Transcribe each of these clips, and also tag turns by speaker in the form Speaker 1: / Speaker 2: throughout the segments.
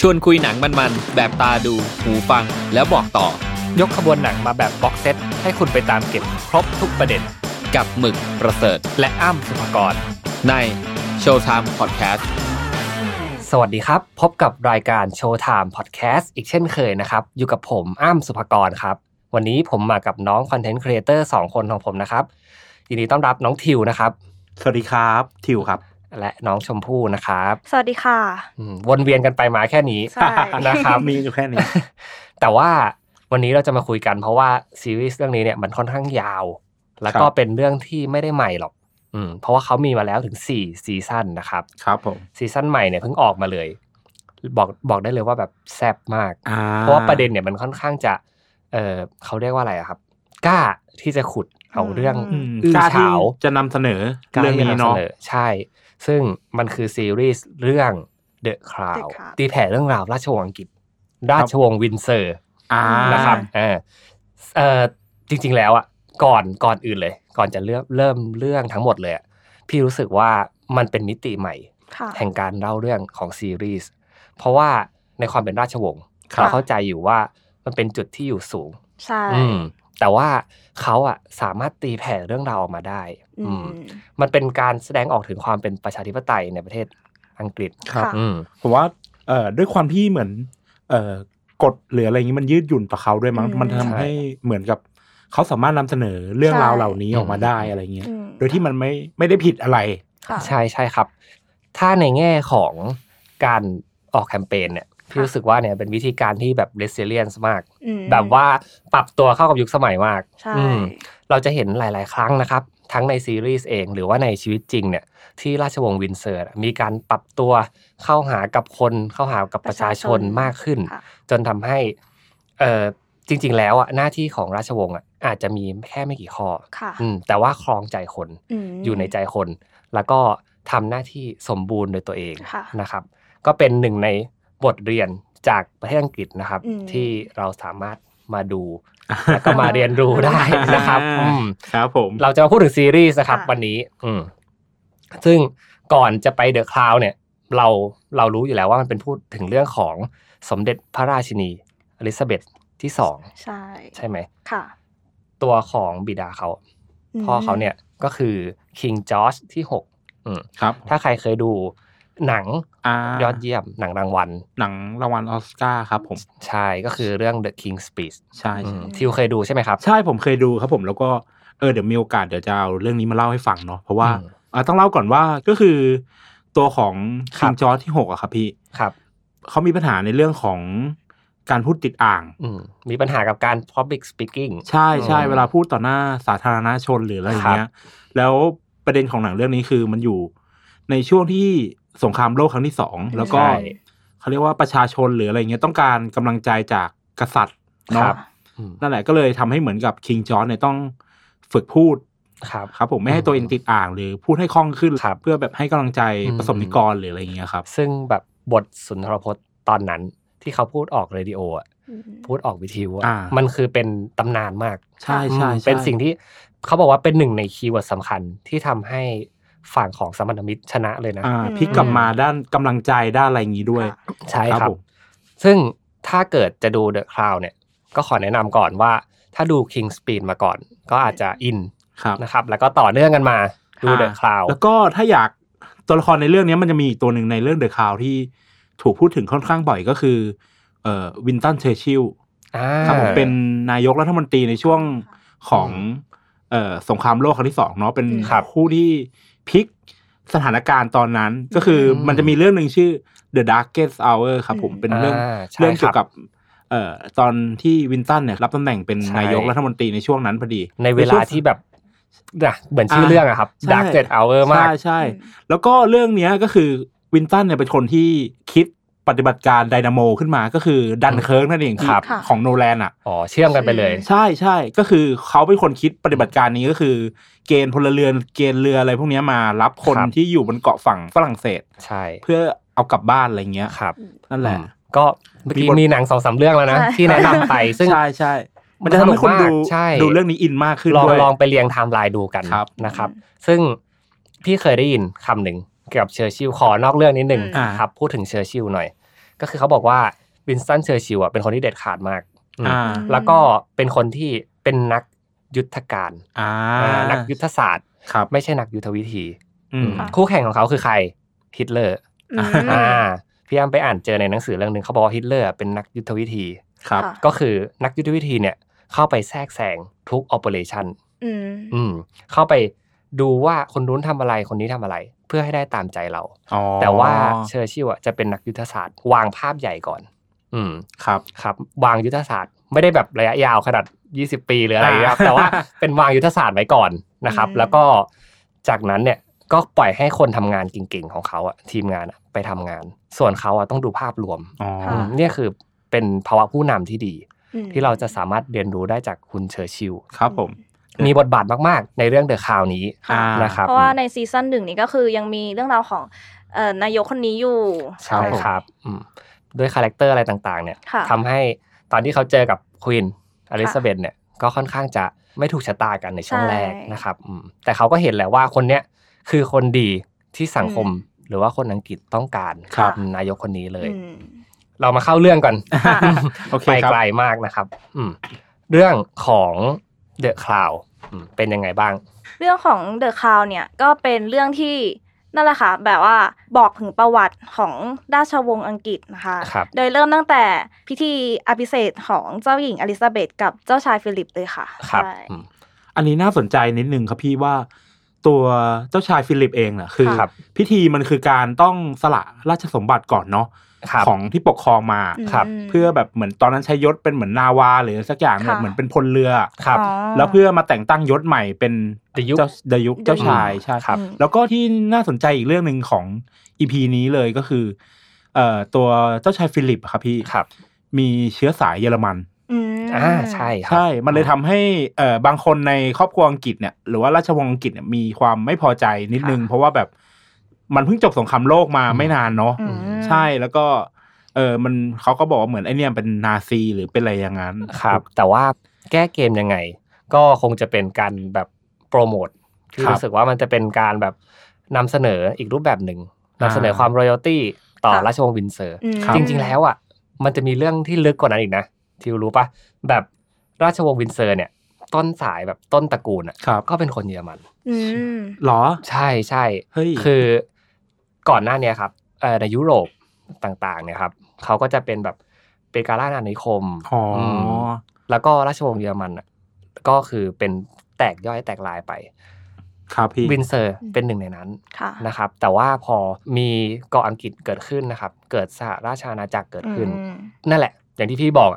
Speaker 1: ชวนคุยหนังมันๆ แบบตาดู หูฟัง แล้วบอกต่อ
Speaker 2: ยกขบวนหนังมาแบบบ็อกเซตให้คุณไปตามเก็บครบทุกประเด็น
Speaker 1: กับหมึกประเสริฐ
Speaker 2: และอ้ำสุภกร
Speaker 1: ในโชว์ไทม์พอดแคสต์
Speaker 2: สวัสดีครับ พบกับรายการโชว์ไทม์พอดแคสต์อีกเช่นเคยนะครับ อยู่กับผมอ้ำสุภกรครับ วันนี้ผมมากับน้องคอนเทนต์ครีเอเตอร์สองคนของผมนะครับยินดีต้อนรับน้องทิวนะครับ
Speaker 3: สวัสดีครับ ทิวครับ
Speaker 2: และน้องชมพู่นะครับ
Speaker 4: สวัสดีค่ะ
Speaker 2: อืมวนเวียนกันไปมาแค่นี้
Speaker 4: ใช่
Speaker 2: นะครับ
Speaker 3: มีอยู่แค่นี้
Speaker 2: แต่ว่าวันนี้เราจะมาคุยกันเพราะว่าซีรีส์เรื่องนี้เนี่ยมันค่อนข้างยาว แล้วก็
Speaker 3: ครับ
Speaker 2: เป็นเรื่องที่ไม่ได้ใหม่หรอก อืมเพราะว่าเขามีมาแล้วถึงสี่ซีซั่นนะครับ
Speaker 3: ครับผม
Speaker 2: ซีซั่นใหม่เนี่ยเพิ่งออกมาเลย บอกบอกได้เลยว่าแบบแซ่บมาก
Speaker 3: อ่
Speaker 2: เพราะว่าประเด็นเนี่ยมันค่อนข้างจะ เออเขาเรียกว่าอะไรอะครับ กล้าที่จะขุดเอาเรื่อง
Speaker 3: อื
Speaker 4: อื
Speaker 3: ม
Speaker 2: อื้อก
Speaker 3: ล้าที่
Speaker 2: ฉาว
Speaker 3: จะนำเสนอก
Speaker 2: ล้
Speaker 3: เรื่อง
Speaker 2: ที่
Speaker 3: นี้
Speaker 2: จำ
Speaker 3: เนาะ
Speaker 2: สอใช่ ซึ่งมันคือซีรีส์เรื่อง The Crown
Speaker 4: The Crown
Speaker 2: ตีแผ่เรื่องราวราชวงศ์อังกฤษ ราชวงศ์วินเซอร์
Speaker 3: อ่า
Speaker 2: นะครับเออเออจริงๆ แล้วอ่ะ ก่อนก่อนอื่นเลย ก่อนจะเริ่มเริ่มเรื่องทั้งหมดเลยอะพี่รู้สึกว่ามันเป็นมิติใหม่
Speaker 4: ค่ะ
Speaker 2: แห่งการเล่าเรื่องของซีรีส์ เพราะว่าในความเป็นราชวงศ์
Speaker 4: ครับ
Speaker 2: เราเข้าใจอยู่ว่ามันเป็นจุดที่อยู่สูง
Speaker 4: ใช่
Speaker 2: อืม แต่ว่าเขาอ่ะสามารถตีแผ่เรื่องราวออกมาได้
Speaker 4: อื
Speaker 2: อื
Speaker 4: ม
Speaker 2: ม มันเป็นการแสดงออกถึงความเป็นประชาธิปไตยในประเทศอังกฤษ
Speaker 3: ครับ
Speaker 2: อืม
Speaker 3: ผมว่าเอ่อด้วยความที่เหมือน เอ่อกฎหรืออะไรอย่างนี้มันยืดหยุ่นต่อเขาด้วยมั้ง
Speaker 4: อืม
Speaker 3: มันทำ
Speaker 2: ใช่
Speaker 3: ให้เหมือนกับ เขาสามารถนำเสนอเรื่องราวเหล่านี้ออกมาได้อะไรเงี้ย
Speaker 4: อืม
Speaker 3: โดยที่มันไม่ไม่ได้ผิดอะไร
Speaker 4: ค่ะ
Speaker 2: ใช่ใช่ครับ ถ้าในแง่ของการออกแคมเปญเนี่ยพี่รู้สึกว่าเนี่ยเป็นวิธีการที่แบบ resilience มาก
Speaker 4: อืม
Speaker 2: แบบว่าปรับตัวเข้ากับยุคสมัยมาก
Speaker 4: ใช่
Speaker 2: อืม เราจะเห็นหลาย ๆ ครั้งนะครับ ทั้งในซีรีส์เองหรือว่าในชีวิตจริงเนี่ยที่ราชวงศ์วินเซอร์มีการปรับตัวเข้าหากับคนเข้าหากับประชาชนมากขึ้น
Speaker 4: ค่ะ
Speaker 2: จนทำให้เออจริง ๆ แล้วอ่ะหน้าที่ของราชวงศ์อ่ะอาจจะมีแค่ไม่กี่ข้อ
Speaker 4: ค่ะ
Speaker 2: อืมแต่ว่าครองใจคน
Speaker 4: ม
Speaker 2: อยู่ในใจคน แล้วก็ทำหน้าที่สมบูรณ์โดยตัวเอง
Speaker 4: ค่ะ
Speaker 2: นะครับ ก็เป็นหนึ่งในบทเรียนจากประเทศอังกฤษนะครับ
Speaker 4: อืม
Speaker 2: ที่เราสามารถมาดู แล้วก็มาเรียนรู้ได้นะครับ
Speaker 3: อ่า
Speaker 2: อืม
Speaker 3: ครับผม
Speaker 2: เราจะมาพูดถึงซีรีส์นะครับ
Speaker 4: ค่ะ
Speaker 2: วันนี้ อืมซึ่งก่อนจะไปเดอะคลาวเนี่ย เราเรารู้อยู่แล้วว่ามันเป็นพูดถึงเรื่องของสมเด็จพระราชินีอลิซาเบธที่สอง
Speaker 4: ใช่
Speaker 2: ใช่ไหม
Speaker 4: ค่ะ
Speaker 2: ตัวของบิดาเขา
Speaker 4: ม
Speaker 2: พ่อเขาเนี่ยก็คือคิงจอร์จที่หกอืม
Speaker 3: ครับ
Speaker 2: ถ้าใครเคยดูหนัง
Speaker 3: อ่าย
Speaker 2: อดเยี่ยมหนังรางวัล
Speaker 3: หนังรางวัลออสการ์ครับผม
Speaker 2: ใช่ก็คือเรื่อง The King's Speech
Speaker 3: ใช่
Speaker 2: อื
Speaker 3: ใช่
Speaker 2: มทิวเคยดูใช่ไหมครับ
Speaker 3: ใช่ผมเคยดูครับผมแล้วก็เออเดี๋ยวมีโอกาสเดี๋ยวจะเอาเรื่องนี้มาเล่าให้ฟังเนาะเพราะว่า
Speaker 2: อืม
Speaker 3: อ่ะต้องเล่าก่อนว่าก็คือ ตัวของ
Speaker 2: ครับ
Speaker 3: คิงจอร์จที่หกอะครับพี่
Speaker 2: ครับ
Speaker 3: เขามีปัญหาในเรื่องของการพูดติดอ่าง
Speaker 2: อืมมีปัญหากับการ Public Speaking
Speaker 3: ใช่ใช่
Speaker 2: อืม
Speaker 3: เวลาพูดต่อหน้าสาธารณชนหรืออะไรอย่างเงี้ยแล้วประเด็นของหนังเรื่องนี้คือมันอยู่ในช่วงที่สงครามโลกครั้งที่สองแล้วก็
Speaker 2: ใช่
Speaker 3: เขาเรียกว่าประชาชนหรืออะไรเงี้ยต้องการกำลังใจจากกษัตริย์
Speaker 2: ค
Speaker 3: เนาะ
Speaker 2: รับ อืม
Speaker 3: นั่นแหละก็เลยทำให้เหมือนกับคิงจอร์จเนี่ยต้องฝึกพูด
Speaker 2: ครับ
Speaker 3: ครับผมไม่ให้ตัวเองติดอ่างหรือพูดให้คล่องขึ้น
Speaker 2: ครับ
Speaker 3: เพื่อแบบให้กำลังใจ
Speaker 2: อืม
Speaker 3: ประสบนิกรหรืออะไรอย่างเงี้ยครับ
Speaker 2: ซึ่งแบบบทสุนทรพจน์ตอนนั้นที่เขาพูดออกเรดิโออะ
Speaker 4: อืม
Speaker 2: พูดออกวิทยุอะ
Speaker 3: อ่ามั
Speaker 2: มันคือเป็นตำนานมาก
Speaker 3: ใช่ใช่
Speaker 2: อืม
Speaker 3: ใช่
Speaker 2: เป็นสิ่งที่เขาบอกว่าเป็นหนึ่งในคีย์เวิร์ดสำคัญที่ทำให้ฝั่งของสัมพันธมิตรชนะเลยนะ
Speaker 3: อ่า
Speaker 4: อืม
Speaker 3: พลิกกลับมาด้านกำลังใจด้านอะไรอย่างงี้ด้วย
Speaker 4: ค่ะ
Speaker 2: ใช่ค
Speaker 3: ครั
Speaker 2: รั
Speaker 3: บบ ผม
Speaker 2: ซึ่งถ้าเกิดจะดู The Crown เนี่ย ก็ขอแนะนำก่อนว่า ถ้าดู King Speed มาก่อน ก็อาจจะอิน
Speaker 3: ครับ
Speaker 2: นะครับ แล้วก็ต่อเนื่องกันมาดู
Speaker 3: อ่า
Speaker 2: The Crown
Speaker 3: แล้วก็ถ้าอยากตัวละครในเรื่องเนี้ยมันจะมีอีกตัวหนึ่งในเรื่องเดอะคาวที่ถูกพูดถึงค่อนข้างบ่อยก็คือเอ่อวินตันเชอร์ชิล
Speaker 2: อ่า
Speaker 3: ครับผมเป็นนายกรัฐมนตรีในช่วงของเอ่อสงครามโลกครั้งที่สองเนาะเป็น
Speaker 2: ครับ
Speaker 3: ผู้ที่พลิกสถานการณ์ตอนนั้นก็คือ
Speaker 2: ม
Speaker 3: อมันจะมีเรื่องหนึ่งชื่อ The Darkest Hour ครับผม
Speaker 4: อืม
Speaker 3: เป็นเรื่อง
Speaker 2: าใช่
Speaker 3: เรื่อง
Speaker 2: ค
Speaker 3: เกี่ยว
Speaker 2: บ
Speaker 3: กับเอ่อตอนที่วินตันเนี่ยรับตำแหน่งเป็น
Speaker 2: ใช่
Speaker 3: นายกรัฐมนตรีในช่วงนั้นพอดี
Speaker 2: ในเวลาที่แบบนะเหมือนชื่อเรื่องอะครับ
Speaker 3: ใช่
Speaker 2: Dark Jet Hour มาก
Speaker 3: ใช่ใช่ แล้วก็เรื่องเนี้ยก็คือวินตันเนี่ยเป็นคนที่คิดปฏิบัติการไดนาโมขึ้นมาก็คือดันเคิร์กนั่นเองที่
Speaker 2: ครับ
Speaker 4: ค่ะ
Speaker 3: ของโนแลนอ่ะ
Speaker 2: อ๋อ เชื่อมกันไปเลย
Speaker 3: ใช่ใช่ก็คือเขาเป็นคนคิดปฏิบัติการนี้ก็คือ เกณฑ์พลเรือนเกณฑ์เรืออะไรพวกเนี้ยมารับคน
Speaker 2: ครับ
Speaker 3: ที่อยู่บนเกาะฝั่งฝรั่งเศส
Speaker 2: ใช่
Speaker 3: เพื่อเอากลับบ้านอะไรเงี้ย
Speaker 2: ครับ
Speaker 3: นั่นแหละ
Speaker 2: อืมก็เมื่อกี้
Speaker 3: มีบท
Speaker 2: มีหนังสองสามเรื่องแล้วนะ
Speaker 4: ใช่
Speaker 2: ที่แนะนำไป ซึ่ง
Speaker 3: ใช่ใช่มันจะทำให้คน
Speaker 2: ส
Speaker 3: ดู
Speaker 2: นุกมากใช่
Speaker 3: ดูเรื่องนี้อินมากขึ้น
Speaker 2: ลอง
Speaker 3: ด้วย
Speaker 2: ลองไปเรียงไทม์ไลน์ดูกัน
Speaker 3: ครับ
Speaker 2: นะครับ
Speaker 4: อืม
Speaker 2: ซึ่งพี่เคยได้ยินคำหนึ่งเกี่ยวกับเชอร์ชิลลขอนอกเรื่องนิดหนึ่ง
Speaker 4: อ่า
Speaker 2: ครับ พูดถึงเชอร์ชิลลหน่อย ก็คือเขาบอกว่าวินสตันเชอร์ชิลล์อ่ะเป็นคนที่เด็ดขาดมากอืม
Speaker 3: อ่า
Speaker 2: แล้วก็เป็นคนที่เป็นนักยุทธการ
Speaker 3: อ่า
Speaker 2: อ่านักยุทธศาสตร์
Speaker 3: ครับ
Speaker 2: ไม่ใช่นักยุทธวิธี
Speaker 3: อืม
Speaker 2: อืมคู่แข่งของเขาคือใครฮิตเลอร์
Speaker 4: อืม
Speaker 2: อ่าพี่อ้ำไปอ่านเจอในหนังสือเรื่องหนึ่งเขาบอกว่าฮิตเลอร์เป็นนักยุทธวิธี
Speaker 3: ครับ
Speaker 4: ะ
Speaker 2: ก็คือนักยุทธวิธีเนี่ยเข้าไปแทรกแซงทุก operation
Speaker 4: อืม
Speaker 2: อืมเข้าไปดูว่าคนนู้นทำอะไรคนนี้ทำอะไร เพื่อให้ได้ตามใจเรา
Speaker 3: อ๋อ
Speaker 2: แต่ว่าเชอร์ชิลล์อ่ะจะเป็นนักยุทธศาสตร์ วางภาพใหญ่ก่อน อืม
Speaker 3: ครับ
Speaker 2: ครับวางยุทธศาสตร์ไม่ได้แบบระยะยาวขนาด 20 ปีหรืออะไรนะครับ
Speaker 3: อ่า
Speaker 2: แต่ว่า เป็นวางยุทธศาสตร์ไว้ก่อนนะครับ แล้วก็จากนั้นเนี่ยก็ปล่อยให้คนทำงานเก่งๆของเขาอะทีมงานอะไปทำงาน ส่วนเขาอะต้องดูภาพรวม
Speaker 3: อ๋อ
Speaker 4: ะ
Speaker 2: อืมเนี่ยคือเป็นภาวะผู้นำที่ดี
Speaker 4: อืม
Speaker 2: ที่เราจะสามารถเรียนรู้ได้จากคุณเชอร์ชิลล
Speaker 3: ครับผม
Speaker 2: มีบทบาทมากๆ ในเรื่องเดอะคาวนี้
Speaker 4: ค่ะ
Speaker 3: อ่า
Speaker 2: นะครับ
Speaker 4: เพราะว่าในซีซั่นหนึ่งนี้ก็คือยังมีเรื่องราวของเอ่อนายกคนนี้อยู่
Speaker 2: ใช่ครับอืมด้วยคาแรคเตอร์อะไรต่างๆเนี่ย
Speaker 4: ค่ะ
Speaker 2: ทำให้ตอนที่เขาเจอกับควีนอลิซาเบธเนี่ยก็ค่อนข้างจะไม่ถูกชะตากันในช่วง
Speaker 4: ใช่
Speaker 2: แรกนะครับอืมแต่เขาก็เห็นแหละว่าคนเนี้ยคือคนดีที่สังคมหรือว่าคนอังกฤษต้องการ
Speaker 3: ครับ
Speaker 2: อืมนายกคนนี้เลย
Speaker 4: อืม
Speaker 2: เรามาเข้าเรื่องก่อน
Speaker 4: ค่ะ
Speaker 3: โอเค
Speaker 2: ไป
Speaker 3: ครับ
Speaker 2: ไกลมากนะครับอืมเรื่องของเดอะคลาวเป็นยังไงบ้าง
Speaker 4: เรื่องของ The Crown เนี่ยก็เป็นเรื่องที่นั่นแหละค่ะแบบว่าบอกถึงประวัติของราชวงศ์อังกฤษนะคะ
Speaker 2: ครับ
Speaker 4: โดยเริ่มตั้งแต่พิธีอภิเษกของเจ้าหญิงอลิซาเบธกับเจ้าชายฟิลิปเลยค่ะ
Speaker 2: ครับ
Speaker 4: ใช่
Speaker 2: อืม
Speaker 3: อันนี้น่าสนใจนิดนึงครับพี่ว่าตัวเจ้าชายฟิลิปเองน่ะคือ
Speaker 2: ครับ
Speaker 3: พิธีมันคือการต้องสละราชสมบัติก่อนเนาะ
Speaker 2: ครับ
Speaker 3: ของที่ปกครองมา
Speaker 2: ครับ
Speaker 3: เพื่อแบบเหมือนตอนนั้นใช้ยศเป็นเหมือนนาวาหรือสักอย่างเนี่ย
Speaker 4: ค่ะ
Speaker 3: เหมือนเป็นพลเรือ
Speaker 2: ครับ
Speaker 4: อ๋
Speaker 3: แล้วเพื่อมาแต่งตั้งยศใหม่เป็น
Speaker 2: ดยุค
Speaker 3: เจ้าดยุคเจ้าชายใช่
Speaker 2: ครับ
Speaker 4: อืม
Speaker 3: แล้วก็ที่น่าสนใจอีกเรื่องหนึ่งของอีพีนี้เลยก็คือเอ่อตัวเจ้าชายฟิลิปอะครับพี่
Speaker 2: ครับ
Speaker 3: มีเชื้อสายเยอรมัน
Speaker 4: อืม
Speaker 2: อ่าใช่ครับ
Speaker 3: ใช่ มันเลยทำให้เอ่อบางคนในครอบครัวอังกฤษเนี่ยหรือว่าราชวงศ์อังกฤษเนี่ยมีความไม่พอใจนิดนึง เพราะว่าแบบมันเพิ่งจบสงครามโลกมาไม่นานเนาะ
Speaker 4: อืม
Speaker 3: ใช่แล้วก็เออมันเขาก็บอกว่าเหมือนไอเนี่ยเป็นนาซีหรือเป็นอะไรอย่างนั้น
Speaker 2: ครับ แต่ว่าแก้เกมยังไง ก็คงจะเป็นการแบบโปรโมทที่รู้สึกว่ามันจะเป็นการแบบนำเสนออีกรูปแบบหนึ่งนำเสนอความรอยัลตี้ต่อ
Speaker 4: ครับ
Speaker 2: ราชวงศ์วินเซอร์
Speaker 4: อืม
Speaker 2: จริงๆแล้วอ่ะมันจะมีเรื่องที่ลึกกว่านั้นอีกนะทิวรู้ปะแบบราชวงศ์วินเซอร์เนี่ย ต้นสายแบบต้นตระกูลอ่ะ
Speaker 3: ครับ
Speaker 2: ก็เป็นคนเยอรมัน
Speaker 4: อืม
Speaker 3: หรอ
Speaker 2: ใช่ใช่
Speaker 3: เฮ้ย
Speaker 2: คือก่อนหน้าเนี้ยครับเอ่อในยุโรปต่างๆเนี่ยครับเขาก็จะเป็นแบบเป็นการล่าอาณานิคม
Speaker 3: อ๋ออ
Speaker 2: ม แล้วก็ราชวงศ์เยอรมันน่ะก็คือเป็นแตกย่อยแตกลายไป
Speaker 3: ครับพี่
Speaker 2: วินเซอร์
Speaker 4: อืม
Speaker 2: เป็นหนึ่งในนั้น
Speaker 4: ค่ะ
Speaker 2: นะครับ แต่ว่าพอมีเกาะอังกฤษเกิดขึ้นนะครับ เกิดสหราชอาณาจักรเกิดขึ้น
Speaker 4: อืม
Speaker 2: นั่นแหละ อย่างที่พี่บอก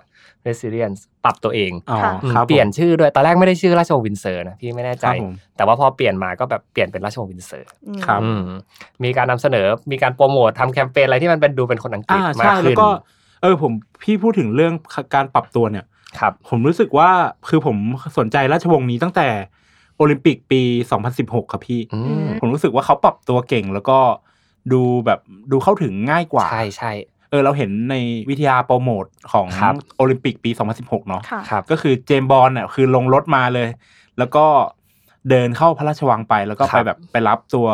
Speaker 2: resilience ปรับตัวเอง
Speaker 3: อ๋อ
Speaker 4: ค่ะ
Speaker 2: อืม
Speaker 3: ครับผม
Speaker 2: เปลี่ยนชื่อด้วยตอนแรกไม่ได้ชื่อราชวงศ์วินเซอร์นะพี่ไม่แน่
Speaker 3: ค
Speaker 2: ใจ
Speaker 3: รับผม
Speaker 2: แต่ว่าพอเปลี่ยนมาก็แบบเปลี่ยนเป็นราชวงศ์วินเซอร์
Speaker 4: อืม
Speaker 3: ครับ
Speaker 2: อืมมีการนำเสนอมีการโปรโมททำแคมเปญอะไรที่มันเป็นดูเป็นคนอังกฤ
Speaker 3: อ่า
Speaker 2: ษมาก
Speaker 3: ใช่แล้ว
Speaker 2: ขึ้น
Speaker 3: ก็เออผมพี่พูดถึงเรื่องการปรับตัวเนี่ย
Speaker 2: ครับ
Speaker 3: ผมรู้สึกว่าคือผมสนใจราชวงศ์นี้ตั้งแต่โอลิมปิกปี 2016 ครับพี่
Speaker 2: อืม
Speaker 3: ผมรู้สึกว่าเขาปรับตัวเก่งแล้วก็ดูแบบดูเข้าถึงง่ายกว่า
Speaker 2: ใช่ใช่
Speaker 3: เออเราเห็นในวิทยาโปรโมทของ
Speaker 2: ครับ
Speaker 3: โอลิมปิกปี 2016 เนาะ
Speaker 4: ค่ะ
Speaker 2: ครับ
Speaker 3: ก็คือเจมส์บอลเนี่ยคือลงรถมาเลย แล้วก็เดินเข้าพระราชวังไปแล้วก็
Speaker 2: ครั
Speaker 3: ไป
Speaker 2: บ
Speaker 3: แบบไปรับตัว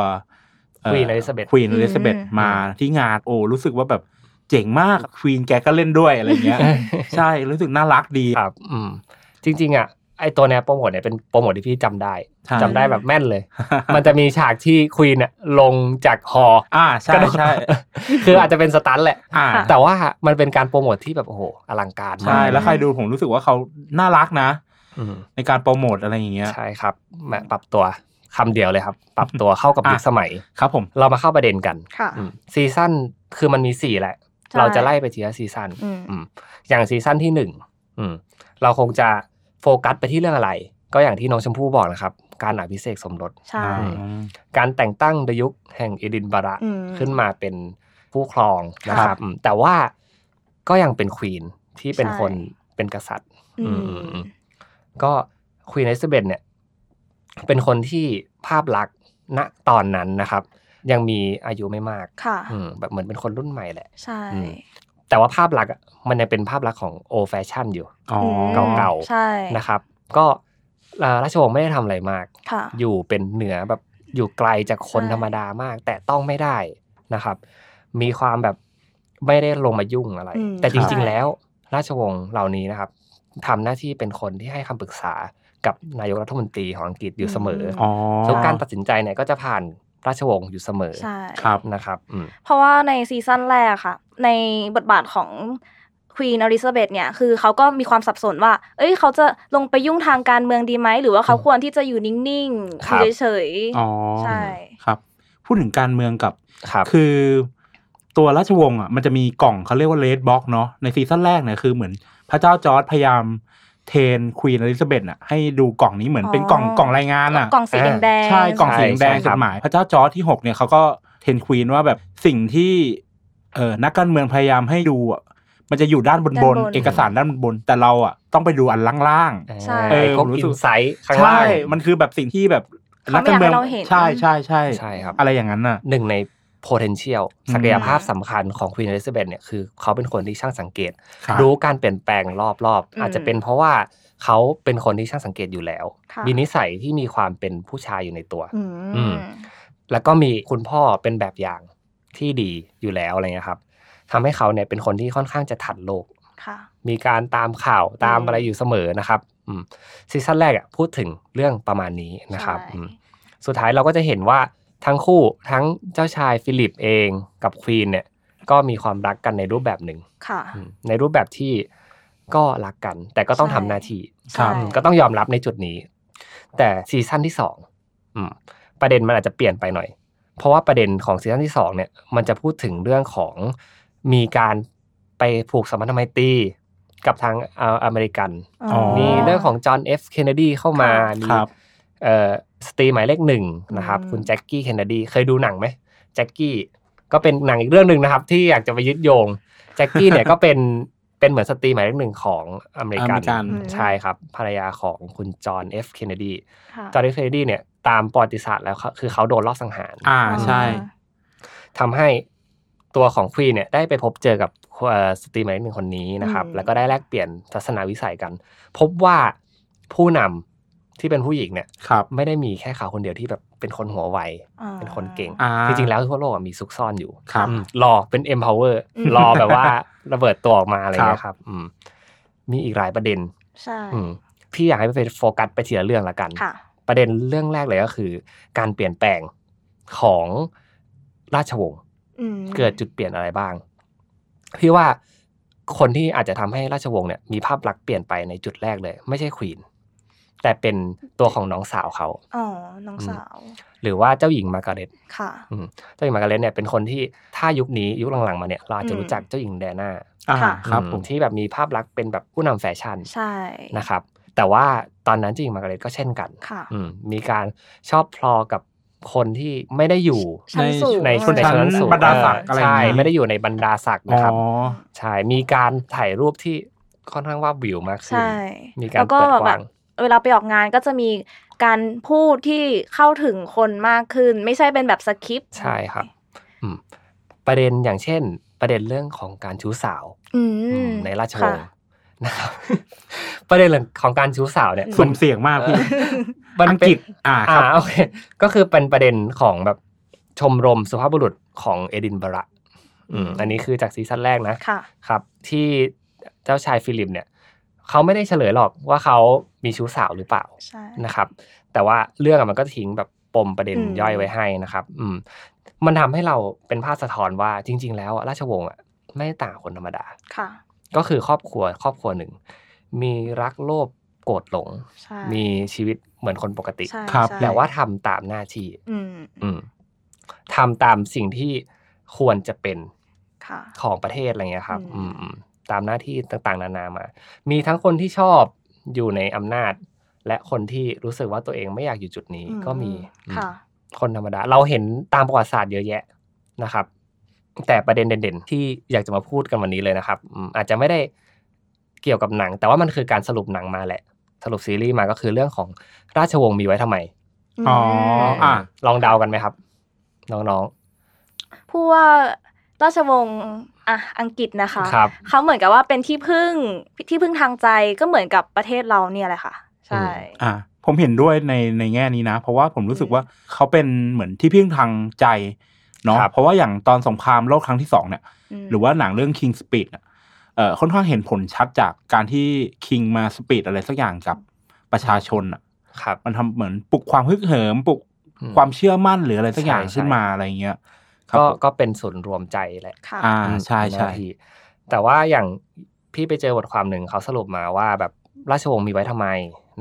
Speaker 2: Queen Elizabeth
Speaker 3: ควีนอลิซาเบธ
Speaker 4: อืม
Speaker 3: มาที่งานโอ้รู้สึกว่าแบบเจ๋งมากควีนแกก็เล่นด้วยอะไรเงี้ย ใช่รู้สึกน่ารักดี
Speaker 2: ครับอืมจริง ๆ อ่ะ ไอตัวเนี้ยโปรโมทเนี่ยเป็นโปรโมทที่พี่จำได้
Speaker 3: ใช่
Speaker 2: จำได้แบบแม่นเลย มันจะมีฉากที่ควีนอ่ะลงจากฮอ
Speaker 3: อ่าใช่
Speaker 2: กระโดด
Speaker 3: ใช่
Speaker 2: คืออาจจะเป็นสตันท์แหละ
Speaker 3: อ่า
Speaker 4: ค่ะ
Speaker 2: แต่ว่ามันเป็นการโปรโมทที่แบบโอ้โหอลังการมาก
Speaker 3: ใช่แล้วใครดูผมรู้สึกว่าเขาน่ารักนะ
Speaker 2: อืม
Speaker 3: ในการโปรโมทอะไรอย่างเงี้ย
Speaker 2: ใช่ครับแหมปรับตัวคำเดียวเลยครับ ปรับตัวเข้ากับยุค
Speaker 3: อ่ะ
Speaker 2: สมัย
Speaker 3: ครับผม
Speaker 2: เรามาเข้าประเด็นกัน
Speaker 4: ค่ะ
Speaker 2: อืมซีซั่นคือมันมีสี่แหละ
Speaker 4: ใช่
Speaker 2: เราจะไล่ไปทีละซีซั่น
Speaker 4: อืม
Speaker 2: อืมอย่างซีซั่นที่หนึ่งอืมเราคงจะโฟกัสไปที่เรื่องอะไร ก็อย่างที่น้องชมพู่บอกนะครับ การอภิเษกสมรส
Speaker 4: ใช่
Speaker 3: อืม
Speaker 2: การแต่งตั้งดยุคแห่งเอดินบะระ
Speaker 4: อืม
Speaker 2: ขึ้นมาเป็นผู้ครองนะค
Speaker 3: ครั
Speaker 2: รับบ อืมแต่ว่าก็ยังเป็นควีนที่เป็น
Speaker 4: ใช่
Speaker 2: คนเป็นกษัตริย์
Speaker 4: อืม
Speaker 2: อืม ก็ควีน l อ z ิเบ h เนี่ยเป็นคนที่ภาพลักษณ์ณตอนนั้นนะครับ ยังมีอายุไม่มาก
Speaker 4: ค่ะ
Speaker 2: อืมแบบเหมือนเป็นคนรุ่นใหม่แหละ
Speaker 4: ใช่
Speaker 2: อืม แต่ว่าภาพลักษณ์อะมันยังเป็นภาพลักษณ์ของโอแฟชั่นอยู่
Speaker 3: อ๋อ
Speaker 4: ม
Speaker 3: อ
Speaker 2: เก่า
Speaker 4: ใช่
Speaker 2: นะครับ ก็เอ่อราชวงศ์ไม่ได้ทำอะไรมาก
Speaker 4: ค่ะ
Speaker 2: อยู่เป็นเหนือแบบอยู่ไกลจากคน
Speaker 4: ใช่
Speaker 2: ธรรมดามาก แต่ต้องไม่ได้นะครับ มีความแบบ ไม่ได้ลงมายุ่งอะไร
Speaker 4: อืม
Speaker 2: แต่จริง
Speaker 4: ใช่
Speaker 2: ๆ แล้ว ราชวงศ์เหล่านี้นะครับทำหน้าที่เป็นคนที่ให้คำปรึกษากับนายกรัฐมนตรีของอังกฤษอยู่เสมอ
Speaker 4: อ๋
Speaker 3: อ๋อ
Speaker 2: แล้วการตัดสินใจเนี่ยก็จะผ่านราชวงศ์อยู่เสมอ
Speaker 4: ใช่
Speaker 3: ครับ
Speaker 2: นะครับอืม
Speaker 4: เพราะว่าในซีซั่นแรกค่ะ ในบทบาทของควีนอลิซาเบธเนี่ย คือเขาก็มีความสับสนว่า เอ้ยเขาจะลงไปยุ่งทางการเมืองดีไหม หรือว่าเขาควรที่จะอยู่นิ่งๆ
Speaker 2: ครับ
Speaker 4: อยู่เฉย
Speaker 3: อ๋อ
Speaker 4: ๆใช่
Speaker 3: ครับ พูดถึงการเมืองกับ
Speaker 2: ครับ
Speaker 3: คือตัวราชวงศ์อ่ะมันจะมีกล่องเขาเรียกว่าเลดบ็อกเนาะในซีซั่นแรกเนี่ยคือเหมือนพระเจ้าจอร์ดพยายามเทรนควีนอลิซาเบธอ่ะให้ดูกล่องนี้เหมือนเป็นกล่อง
Speaker 4: อ๋อ
Speaker 3: กล่องรายงานอ่ะ
Speaker 4: กล่องสีแดงๆ
Speaker 3: ใช่กล่องสี
Speaker 2: ใช่
Speaker 3: แดง
Speaker 2: ใช่ค
Speaker 3: จ
Speaker 2: รับ
Speaker 3: ดหมาย พระเจ้าจอร์จที่หกเนี่ยเขาก็เทนควีนว่าแบบสิ่งที่เออนักการเมืองพยายามให้ดูอะมันจะอยู่ด้านบนบ
Speaker 4: ด้าน
Speaker 3: น
Speaker 4: บน
Speaker 3: เอกสารด้านบน แต่เราอ่ะต้องไปดูอันล่าง
Speaker 4: ใช่
Speaker 2: ไอ้พวก
Speaker 3: เออผมรู้
Speaker 2: อิ
Speaker 3: สึ
Speaker 2: น
Speaker 3: ก
Speaker 2: ไซต์ข้าง
Speaker 3: ๆใช่
Speaker 2: ล่าง
Speaker 3: มันคือแบบสิ่งที่แบบ
Speaker 4: เขาไม่อยากให้เราเห็น
Speaker 3: ใช่ใช่ใช่
Speaker 2: ใช่ครับ
Speaker 3: อะไรอย่างนั้นน่ะ
Speaker 2: หนึ่งใน potential
Speaker 3: อืม
Speaker 2: ศักยภาพสำคัญของ Queen Elizabeth เนี่ยคือเขาเป็นคนที่ช่างสังเกต
Speaker 3: ครับ
Speaker 2: รู้การเปลี่ยนแปลงรอบ
Speaker 4: อืม
Speaker 2: ๆ อาจจะเป็นเพราะว่าเขาเป็นคนที่ช่างสังเกตอยู่แล้ว
Speaker 4: ค่ะ
Speaker 2: มีนิสัยที่มีความเป็นผู้ชายอยู่ในตัว
Speaker 4: อืม
Speaker 2: อืม แล้วก็มีคุณพ่อเป็นแบบอย่างที่ดีอยู่แล้วอะไรเงี้ยครับทำให้เขาเนี่ยเป็นคนที่ค่อนข้างจะทันโลก
Speaker 4: ค่ะ
Speaker 2: มีการตามข่าวตาม
Speaker 4: อืม
Speaker 2: อะไรอยู่เสมอนะครับอืมซีซั่นแรกอ่ะพูดถึงเรื่องประมาณนี้นะครับ
Speaker 4: ใช่
Speaker 2: อืม สุดท้ายเราก็จะเห็นว่าทั้งคู่ทั้งเจ้าชายฟิลิปเองกับควีนเนี่ยก็มีความรักกันในรูปแบบหนึ่ง
Speaker 4: ค่ะ
Speaker 2: อืมในรูปแบบที่ก็รักกัน แต่ก็ต้อง
Speaker 4: ใช่
Speaker 2: ทำหน้าที่
Speaker 3: ครับ
Speaker 4: ใช่
Speaker 2: อืมก็ต้องยอมรับในจุดนี้ แต่ซีซั่นที่สองอืมประเด็นมันอาจจะเปลี่ยนไปหน่อย เพราะว่าประเด็นของซีซั่นที่สองเนี่ยมันจะพูดถึงเรื่องของมีการไปผูกสัมพันธไมตรีกับทางเอ่ออเมริกัน
Speaker 3: อ๋อ
Speaker 2: มีเรื่องของจอห์นเอฟเคนเนดีเข้ามา
Speaker 4: ค่ะ
Speaker 2: มี
Speaker 3: ครับ
Speaker 2: เอ่อสตรีหมายเลขหนึ่งนะครับ
Speaker 4: อืม
Speaker 2: คุณแจ็คกี้เคนเนดีเคยดูหนังไหมแจ็คกี้ก็เป็นหนังอีกเรื่องหนึ่งนะครับ ที่อยากจะไปยึดโยงแจ็คกี้เนี่ย ก็เป็น เป็นเหมือนสตรีหมายเลขหนึ่งของอเมริกั
Speaker 3: อเม
Speaker 2: น
Speaker 3: ริกัน
Speaker 2: ใช่ครับ ภรรยาของคุณจอห์นเอฟเคนเนดี
Speaker 4: ค่ะ
Speaker 2: จอห์นเอฟเคนเนดีเนี่ยตามประวัติศาสตร์แล้วเขาคือเขาโดนลอบสังหาร
Speaker 3: อ่าใช่
Speaker 2: ทำให้ตัวของควีนเนี่ยได้ไปพบเจอกับเอ่อสตรีหมายเลขหนึ่งคนนี้นะครับ
Speaker 4: อืม
Speaker 2: แล้วก็ได้แลกเปลี่ยนทัศนวิสัยกัน พบว่าผู้นำที่เป็นผู้หญิงเนี่ย
Speaker 3: ครับ
Speaker 2: ไม่ได้มีแค่เขาคนเดียวที่แบบเป็นคนหัวไว
Speaker 4: อ่า
Speaker 2: เป็นคนเก่ง
Speaker 3: อ่า
Speaker 2: จริงๆแล้วทั่วโลกอะมีซุกซ่อนอยู่
Speaker 3: ครับ
Speaker 2: อืมรอเป็น empower
Speaker 4: อืม
Speaker 2: รอแบบว่าระเบิดตัวออกมาอะไร
Speaker 3: ครับ
Speaker 2: เงี้ยครับอืมมีอีกหลายประเด็น
Speaker 4: ใช่
Speaker 2: อืมพี่อยากให้ไปโฟกัสไปทีละเรื่องละกัน
Speaker 4: ค่ะ
Speaker 2: ประเด็นเรื่องแรกเลยก็คือ การเปลี่ยนแปลงของราชวงศ์
Speaker 4: อืม
Speaker 2: เกิดจุดเปลี่ยนอะไรบ้าง พี่ว่าคนที่อาจจะทำให้ราชวงศ์เนี่ยมีภาพลักษณ์เปลี่ยนไปในจุดแรกเลย ไม่ใช่ควีนแต่เป็นตัวของน้องสาวเขา
Speaker 4: อ๋อ น้อง
Speaker 2: อืม
Speaker 4: สาว
Speaker 2: หรือว่าเจ้าหญิงมาร์การ์เร็ต
Speaker 4: ค่ะ
Speaker 2: เจ้าหญิงมาร์การ์เร็ตเนี่ยเป็นคนที่ถ้ายุคนี้ยุคหลังๆมาเนี่ยเราอาจจะรู้จักเจ้าหญิงแดน่า
Speaker 3: อ่า
Speaker 4: ค่ะ
Speaker 3: ครับ
Speaker 2: อื
Speaker 3: ผม
Speaker 2: ที่แบบมีภาพลักษณ์เป็นแบบผู้นำแฟชั่น
Speaker 4: ใช่
Speaker 2: นะครับ แต่ว่าตอนนั้นเจ้าหญิงมาร์การ์เร็ตก็เช่นกัน
Speaker 4: ค่ะ
Speaker 2: อืมมีการชอบพลอกับคนที่ไม่ได้อยู่
Speaker 4: ชั้น
Speaker 3: ใน
Speaker 4: สูง
Speaker 2: ใน
Speaker 3: ชนชั้น
Speaker 2: สูง
Speaker 3: บรรดาศักดิ์อะไรอย่าง
Speaker 2: ใช่
Speaker 3: นี้
Speaker 2: ไม่ได้อยู่ในบรรดาศักดิ์
Speaker 3: อ๋
Speaker 2: นะครับ
Speaker 3: อ
Speaker 2: ใช่ มีการถ่ายรูปที่ค่อนข้างว่าบวิวมากขึ้น
Speaker 4: ใช่
Speaker 2: มีการ
Speaker 4: แล้วก็
Speaker 2: เปิดก
Speaker 4: แบ
Speaker 2: ว้า
Speaker 4: บ
Speaker 2: ง
Speaker 4: เวลาไปออกงานก็จะมีการพูดที่เข้าถึงคนมากขึ้น ไม่ใช่เป็นแบบสคริปต์
Speaker 2: ใช่ครับ อืมประเด็นอย่างเช่น ประเด็นเรื่องของการชู้สาว
Speaker 4: อื
Speaker 2: อื
Speaker 4: ม
Speaker 2: มในราชว
Speaker 4: ค่ะ
Speaker 2: งศ์นะครับ ประเด็นเรื่องของการชู้สาวเนี่ย
Speaker 3: สุ่มเสี่ยงมากพี่
Speaker 2: มัน
Speaker 3: อัง
Speaker 2: เป็น
Speaker 3: กฤษอ่าค
Speaker 2: อ่า
Speaker 3: รับ
Speaker 2: โอเค ก็คือเป็นประเด็นของแบบชมรมสุภาพบุรุษของเอดินบะระอืม
Speaker 4: อืม
Speaker 2: อันนี้คือจากซีซั่นแรกนะ
Speaker 4: ค่ะ
Speaker 2: ครับที่เจ้าชายฟิลิปเนี่ย เขาไม่ได้เฉลยหรอกว่าเขามีชู้สาวหรือเปล่า
Speaker 4: ใช่
Speaker 2: นะครับแต่ว่าเรื่องอะมันก็ทิ้งแบบปมประเด็น
Speaker 4: อืม
Speaker 2: ย่อยไว้ให้นะครับ อืมมันทำให้เราเป็นภาพสะท้อนว่าจริง ๆ แล้วอะราชวงศ์อะไม่ได้ต่างคนธรรมดา
Speaker 4: ค่ะ
Speaker 2: ก็คือครอบครัวครอบครัวหนึ่ง มีรักโลภโกรธหลง
Speaker 4: ใช่
Speaker 2: มีชีวิตเหมือนคนปกติ
Speaker 4: ใช่
Speaker 3: ครับ
Speaker 4: ใช่
Speaker 2: แต่ว่าทำตามหน้าที่
Speaker 4: อืม
Speaker 2: อืมทำตามสิ่งที่ควรจะเป็น
Speaker 4: ค่ะ
Speaker 2: ของประเทศอะไรเงี้ยครับ
Speaker 4: อืม
Speaker 2: อืมๆตามหน้าที่ต่างๆ นานามา มีทั้งคนที่ชอบอยู่ในอำนาจ และคนที่รู้สึกว่าตัวเองไม่อยากอยู่จุดนี้ก็มีอืม
Speaker 4: ค่ะ
Speaker 2: คนธรรมดา เราเห็นตามประวัติศาสตร์เยอะแยะนะครับ แต่ประเด็นเด่นๆ ที่อยากจะมาพูดกันวันนี้เลยนะครับอืมอาจจะไม่ได้เกี่ยวกับหนัง แต่ว่ามันคือการสรุปหนังมาแหละ สรุปซีรีส์มาก็คือเรื่องของราชวงศ์มีไว้ทำไม
Speaker 3: อ๋ออ่ะ
Speaker 2: ลองเดากันไหมครับ น้อง
Speaker 4: ผู้ว่าราชวงศ์อ่ะอังกฤษนะคะ
Speaker 2: ๆครับ
Speaker 4: เขาเหมือนกับว่าเป็นที่พึ่งที่พึ่งทางใจก็เหมือนกับประเทศเราเนี่ยแหละค่ะ ใช่
Speaker 3: อ่า ผมเห็นด้วยในในแง่นี้นะ เพราะว่าผมรู้สึกว่าเขาเป็นเหมือนที่พึ่งทางใจเนาะ
Speaker 2: ครับ
Speaker 3: เพราะว่าอย่างตอนสงครามโลกครั้งที่สองเนี่ย
Speaker 4: ม
Speaker 3: หรือว่าหนังเรื่อง King Speed อะเอ่อค่อนข้างเห็นผลชัดจากการที่คิงมาสปีดอะไรสักอย่างกับประชาชนอะ
Speaker 2: ครับ
Speaker 3: มันทำเหมือนปลุกความฮึกเหิมปลุก
Speaker 2: อืม
Speaker 3: ความเชื่อมั่นหรืออะไรสักอย่าง
Speaker 2: ใช่ใช่
Speaker 3: ขึ้นมาอะไรเงี้ยครับ
Speaker 2: ก็
Speaker 3: ผม
Speaker 2: ก็เป็นศูนย์รวมใจแหละ
Speaker 4: ค่ะ
Speaker 3: อ่าใช่ใช่
Speaker 2: นาทีแต่ว่าอย่างพี่ไปเจอบทความหนึ่งเขาสรุปมาว่าแบบราชวงศ์มีไว้ทำไม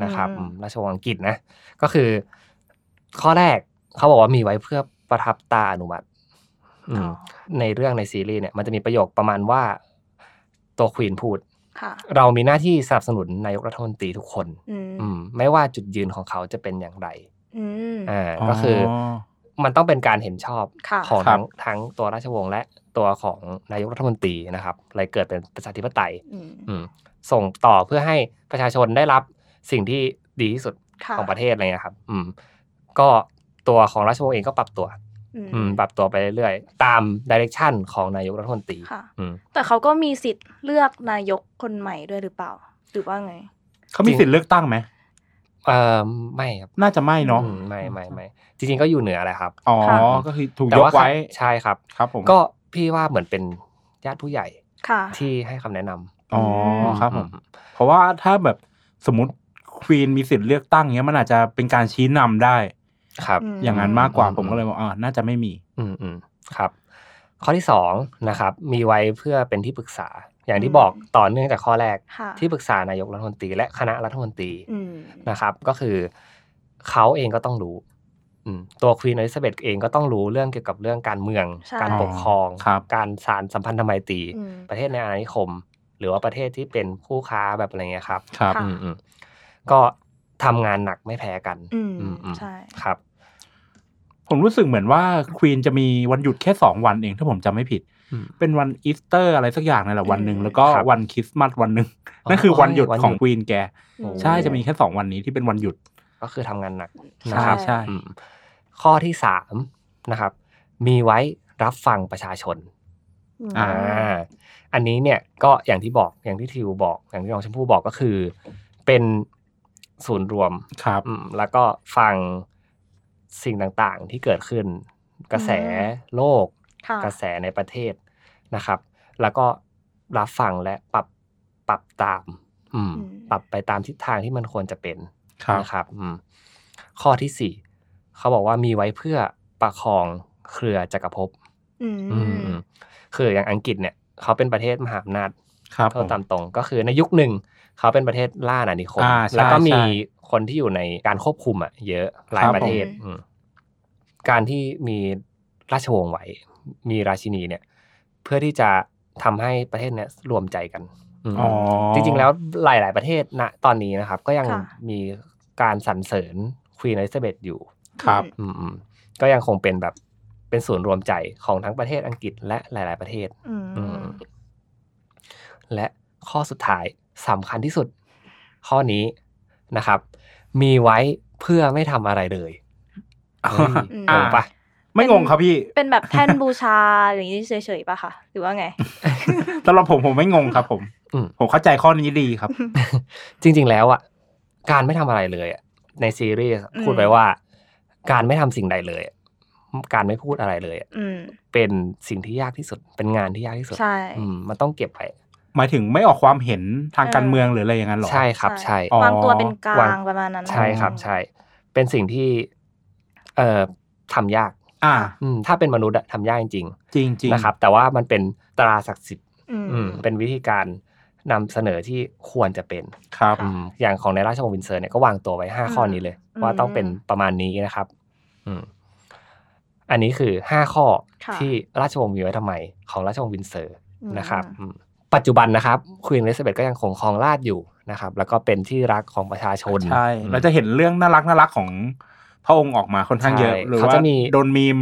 Speaker 2: นะครับ
Speaker 4: อืม
Speaker 2: ราชวงศ์อังกฤษนะ ก็คือ ข้อแรกเขาบอกว่ามีไว้เพื่อประทับตาอนุมัติอืม
Speaker 4: อ๋อ
Speaker 2: ในเรื่องในซีรีส์เนี่ยมันจะมีประโยคประมาณว่าตัวควีนพูด
Speaker 4: ค่ะ
Speaker 2: เรามีหน้าที่สนับสนุนนายกรัฐมนตรีทุกคน
Speaker 4: อืม
Speaker 2: อืม ไม่ว่าจุดยืนของเขาจะเป็นอย่างไร
Speaker 4: อืม
Speaker 2: อ่าก็คืออ
Speaker 3: อ
Speaker 2: มันต้องเป็นการเห็นชอบ
Speaker 4: ค่ะ
Speaker 2: ของ
Speaker 3: ครั
Speaker 2: ทั้
Speaker 3: บ
Speaker 2: งทั้งตัวราชวงศ์และตัวของนายกรัฐมนตรีนะครับเลยเกิดเป็นประชาธิปไตย
Speaker 4: อืม
Speaker 2: อืมส่งต่อเพื่อให้ประชาชนได้รับสิ่งที่ดีที่สุด
Speaker 4: ค่ะ
Speaker 2: ของประเทศอะไรเงี้ยครับ อืม ก็ตัวของราชวงศ์เองก็ปรับตัว
Speaker 4: อืม
Speaker 2: อืม ปรับตัวไปเรื่อยๆ ตามดิเรกชันของนายกรัฐมนตรี
Speaker 4: ค่ะ
Speaker 2: อืม
Speaker 4: แต่เขาก็มีสิทธิ์เลือกนายกคนใหม่ด้วยหรือเปล่า หรือว่าไง
Speaker 3: เขามีสิทธิ์เลือกตั้งไหม
Speaker 2: เอ่อไม่ครับ
Speaker 3: น่าจะไม่เนาะ
Speaker 2: อืมไม่ไม่ไม่จริงๆก็อยู่เหนือแหละครับ
Speaker 3: อ๋อ
Speaker 4: ค่ะ
Speaker 3: ก็คือถูก
Speaker 2: แต่
Speaker 3: ยก
Speaker 2: ว่า
Speaker 3: ไว้
Speaker 2: ใช่ครับ
Speaker 3: ครับผม
Speaker 2: ก็พี่ว่าเหมือนเป็นญาติผู้ใหญ่
Speaker 4: ค่ะ
Speaker 2: ที่ให้คำแนะนำ
Speaker 3: อ๋อครับผม
Speaker 2: อื
Speaker 3: เพราะว่าถ้าแบบสมมติควีนมีสิทธิ์เลือกตั้งเงี้ยมันอาจจะเป็นการชี้นำได้
Speaker 2: ครับ
Speaker 4: อืม
Speaker 3: อย่างนั้นมากกว่า
Speaker 2: อืม
Speaker 3: ผมก็เลยบอกอ่าน่าจะไม่มี
Speaker 2: อืมอืมครับ ข้อที่สองนะครับ มีไว้เพื่อเป็นที่ปรึกษา อย่างที่
Speaker 4: อืม
Speaker 2: บอกต่อเนื่องจากข้อแรก
Speaker 4: ค่ะ
Speaker 2: ที่ปรึกษานายกรัฐมนตรีและคณะรัฐมนตรี
Speaker 4: อืม
Speaker 2: นะครับ ก็คือเขาเองก็ต้องรู้อืมตัวควีนอลิซาเบธเองก็ต้องรู้เรื่องเกี่ยวกับเรื่องการเมือง
Speaker 4: ใช่
Speaker 2: การปกครอง
Speaker 3: ครับ
Speaker 2: การสารสัมพันธไมตรี
Speaker 4: อืม
Speaker 2: ประเทศในอาณานิคม หรือว่าประเทศที่เป็นคู่ค้าแบบอะไรเงี้ยครับ
Speaker 3: ครับ
Speaker 4: ค่ะ
Speaker 2: อืมอืมก็ทำงานหนักไม่แพ้กัน
Speaker 4: อืม
Speaker 2: อืมอืม
Speaker 4: ใช่
Speaker 2: ครับ
Speaker 3: ผมรู้สึกเหมือนว่าควีนจะมีวันหยุดแค่สองวันเองถ้าผมจำไม่ผิด
Speaker 2: อืม
Speaker 3: เป็นวันอีสเตอร์อะไรสักอย่างนั่นแหละวันหนึ่ง
Speaker 4: อืม
Speaker 3: แล้วก็
Speaker 2: ครับ
Speaker 3: วันคริสต์มาสวันหนึ่ง
Speaker 2: อ๋อ
Speaker 3: นั่นคือวันหยุด
Speaker 2: วันหยุด
Speaker 3: ของควีนแก
Speaker 4: อืม
Speaker 3: ใช่จะมีแค่สองวันนี้ที่เป็นวันหยุด
Speaker 2: ก็คือทำงานหนัก
Speaker 3: ใช่
Speaker 2: นะครับ
Speaker 3: ใช่
Speaker 2: อืมข้อที่สามนะครับ มีไว้รับฟังประชาชน
Speaker 4: ม
Speaker 3: อ่า
Speaker 2: อันนี้เนี่ยก็อย่างที่บอกอย่างที่ทิวบอก อย่างที่น้องชมพู่บอกก็คือ เป็นศูนย์รวม
Speaker 3: ครับ
Speaker 2: อืมแล้วก็ฟังสิ่งต่างๆที่เกิดขึ้น กระแสโลก
Speaker 4: ค่ะ
Speaker 2: กระแสในประเทศนะครับ แล้วก็รับฟังและปรับปรับตาม อืม
Speaker 4: อืม
Speaker 2: ปรับไปตามทิศทางที่มันควรจะเป็น
Speaker 3: ครับ
Speaker 2: นะครับอืมข้อที่สี่เขาบอกว่ามีไว้เพื่อประคองเครือจักรภพ
Speaker 4: อืม
Speaker 2: อืมอืมคืออย่างอังกฤษเนี่ยเขาเป็นประเทศมหาอำนาจ
Speaker 3: ครับผ
Speaker 2: เขา
Speaker 3: ม
Speaker 2: ตามตรงก็คือในยุคหนึ่งเขาเป็นประเทศล่าอาณานิคม
Speaker 3: อ่าใช่
Speaker 2: แล้วก็มี
Speaker 3: ใช่
Speaker 2: คนที่อยู่ในการควบคุมอ่ะเยอะหลาย
Speaker 3: ครับ
Speaker 2: ประเทศอืมการที่มีราชวงศ์ไว้ มีราชินีเนี่ย เพื่อที่จะทำให้ประเทศเนี่ยรวมใจกันม
Speaker 3: อ๋อ
Speaker 2: จริง ๆ แล้วหลาย ๆ ประเทศณตอนนี้นะครับ ก็ยัง
Speaker 4: ค่ะ
Speaker 2: มีการสรรเสริญควีนอลิซาเบธอยู่
Speaker 3: ครับ
Speaker 2: อืมๆก็ยังคงเป็นแบบเป็นศูนย์รวมใจของทั้งประเทศอังกฤษและหลาย ๆ ประเทศ
Speaker 4: อืม
Speaker 2: อืม และข้อสุดท้ายสำคัญที่สุด ข้อนี้นะครับ มีไว้เพื่อไม่ทำอะไรเลย
Speaker 3: อ่า
Speaker 2: เฮ้ยงงปะ
Speaker 3: ไม่งงครับพี่
Speaker 4: เป็นแบบแท่นบูชาอะไรอย่างนี้เฉยๆป่ะคะหรือว่าไง
Speaker 3: สำหรับผมผมไม่งงครับ ผม
Speaker 2: อืม
Speaker 3: ผมเข้าใจข้อนี้ดีครับ
Speaker 2: จริง ๆ แล้วอ่ะการไม่ทำอะไรเลยอะในซีรีส์
Speaker 4: อืม
Speaker 2: พูดไว้ว่า การไม่ทำสิ่งใดเลยอะการไม่พูดอะไรเลยอะ
Speaker 4: อืม
Speaker 2: เป็นสิ่งที่ยากที่สุด เป็นงานที่ยากที่สุด
Speaker 4: ใช่
Speaker 2: อืมมันต้องเก็บไว้
Speaker 3: หมายถึงไม่ออกความเห็นทางการเมืองหรืออะไรอย่างนั้นหรอ
Speaker 2: ใช่ครับ ใช่
Speaker 3: อ๋อ
Speaker 4: วางตัวเป็นกลาว
Speaker 2: าง
Speaker 4: งประมาณนั้น
Speaker 2: ใช่ครับ ใช่ เป็นสิ่งที่เอ่อทำยาก
Speaker 3: อ่า
Speaker 2: อืมถ้าเป็นมนุษย์อะทำยากจริง
Speaker 3: จริงจริง
Speaker 2: ๆนะครับ แต่ว่ามันเป็นตราศักดิ์สิทธิ์
Speaker 4: อืม
Speaker 2: อืมเป็นวิธีการนำเสนอที่ควรจะเป็น
Speaker 3: ครับ
Speaker 2: อืมอย่างของในราชวงศ์วินเซอร์เนี่ยก็วางตัวไว้ห้า
Speaker 4: อืม
Speaker 2: ข้อนี้เลย
Speaker 4: อืม
Speaker 2: ว่าต้องเป็นประมาณนี้นะครับ อืม อันนี้คือห้าข้อ
Speaker 4: ค่ะ
Speaker 2: ที่ราชวงศ์มีไว้ทำไม ของราชวงศ์วินเซอร์
Speaker 4: อืม
Speaker 2: นะครับอืมปัจจุบันนะครับควีนเลสเบตก็ยังคงครองราชอยู่นะครับ แล้วก็เป็นที่รักของประชาชน
Speaker 3: ใช่
Speaker 2: อืม
Speaker 3: เราจะเห็นเรื่องน่ารักน่ารักของพระองค์ออกมาค่อนข้างเยอะ
Speaker 2: ใช่
Speaker 3: หรือ
Speaker 2: เขา
Speaker 3: ว่า
Speaker 2: จะมี
Speaker 3: โดนมีม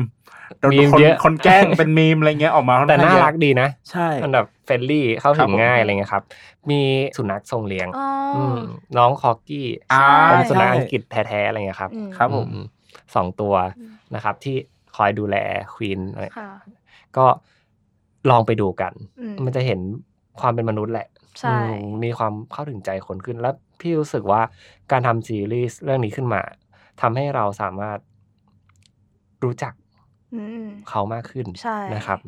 Speaker 3: โดน
Speaker 2: มีม
Speaker 3: คน
Speaker 2: เยอะ
Speaker 3: คนแกล้ง เป็นมีมอะไรเงี้ยออกมาค่อน
Speaker 2: แต่
Speaker 3: ข้าง
Speaker 2: น่า
Speaker 3: เยอะ
Speaker 2: รักดีนะ
Speaker 3: ใช่
Speaker 2: อันแบบเฟรนลี่เข้า
Speaker 3: ครั
Speaker 2: ถึ
Speaker 3: บ
Speaker 2: ง
Speaker 3: ผม
Speaker 2: ง่ายอะไรเงี้ยครับ มีสุนัขทรงเลี้ยง
Speaker 4: อ๋ออ
Speaker 2: มน้องคอกี้
Speaker 3: อ่า
Speaker 2: เป็นสุนัข
Speaker 3: ใช่
Speaker 2: อังกฤษแท้ๆอะไรเงี้ยครับ
Speaker 4: อืม
Speaker 3: ครับผม
Speaker 2: อืสองตัวนะครับ ที่คอยดูแลควีนอะไร
Speaker 4: ค่ะ
Speaker 2: ก็ลองไปดูกัน
Speaker 4: อืม
Speaker 2: มันจะเห็นความเป็นมนุษย์แหละ
Speaker 4: ใช่
Speaker 2: อืมมีความเข้าถึงใจคนขึ้น แล้วพี่รู้สึกว่าการทำซีรีส์เรื่องนี้ขึ้นมาทำให้เราสามารถรู้จัก
Speaker 4: อืม
Speaker 2: เขามากขึ้น
Speaker 4: ใช่
Speaker 2: นะครับ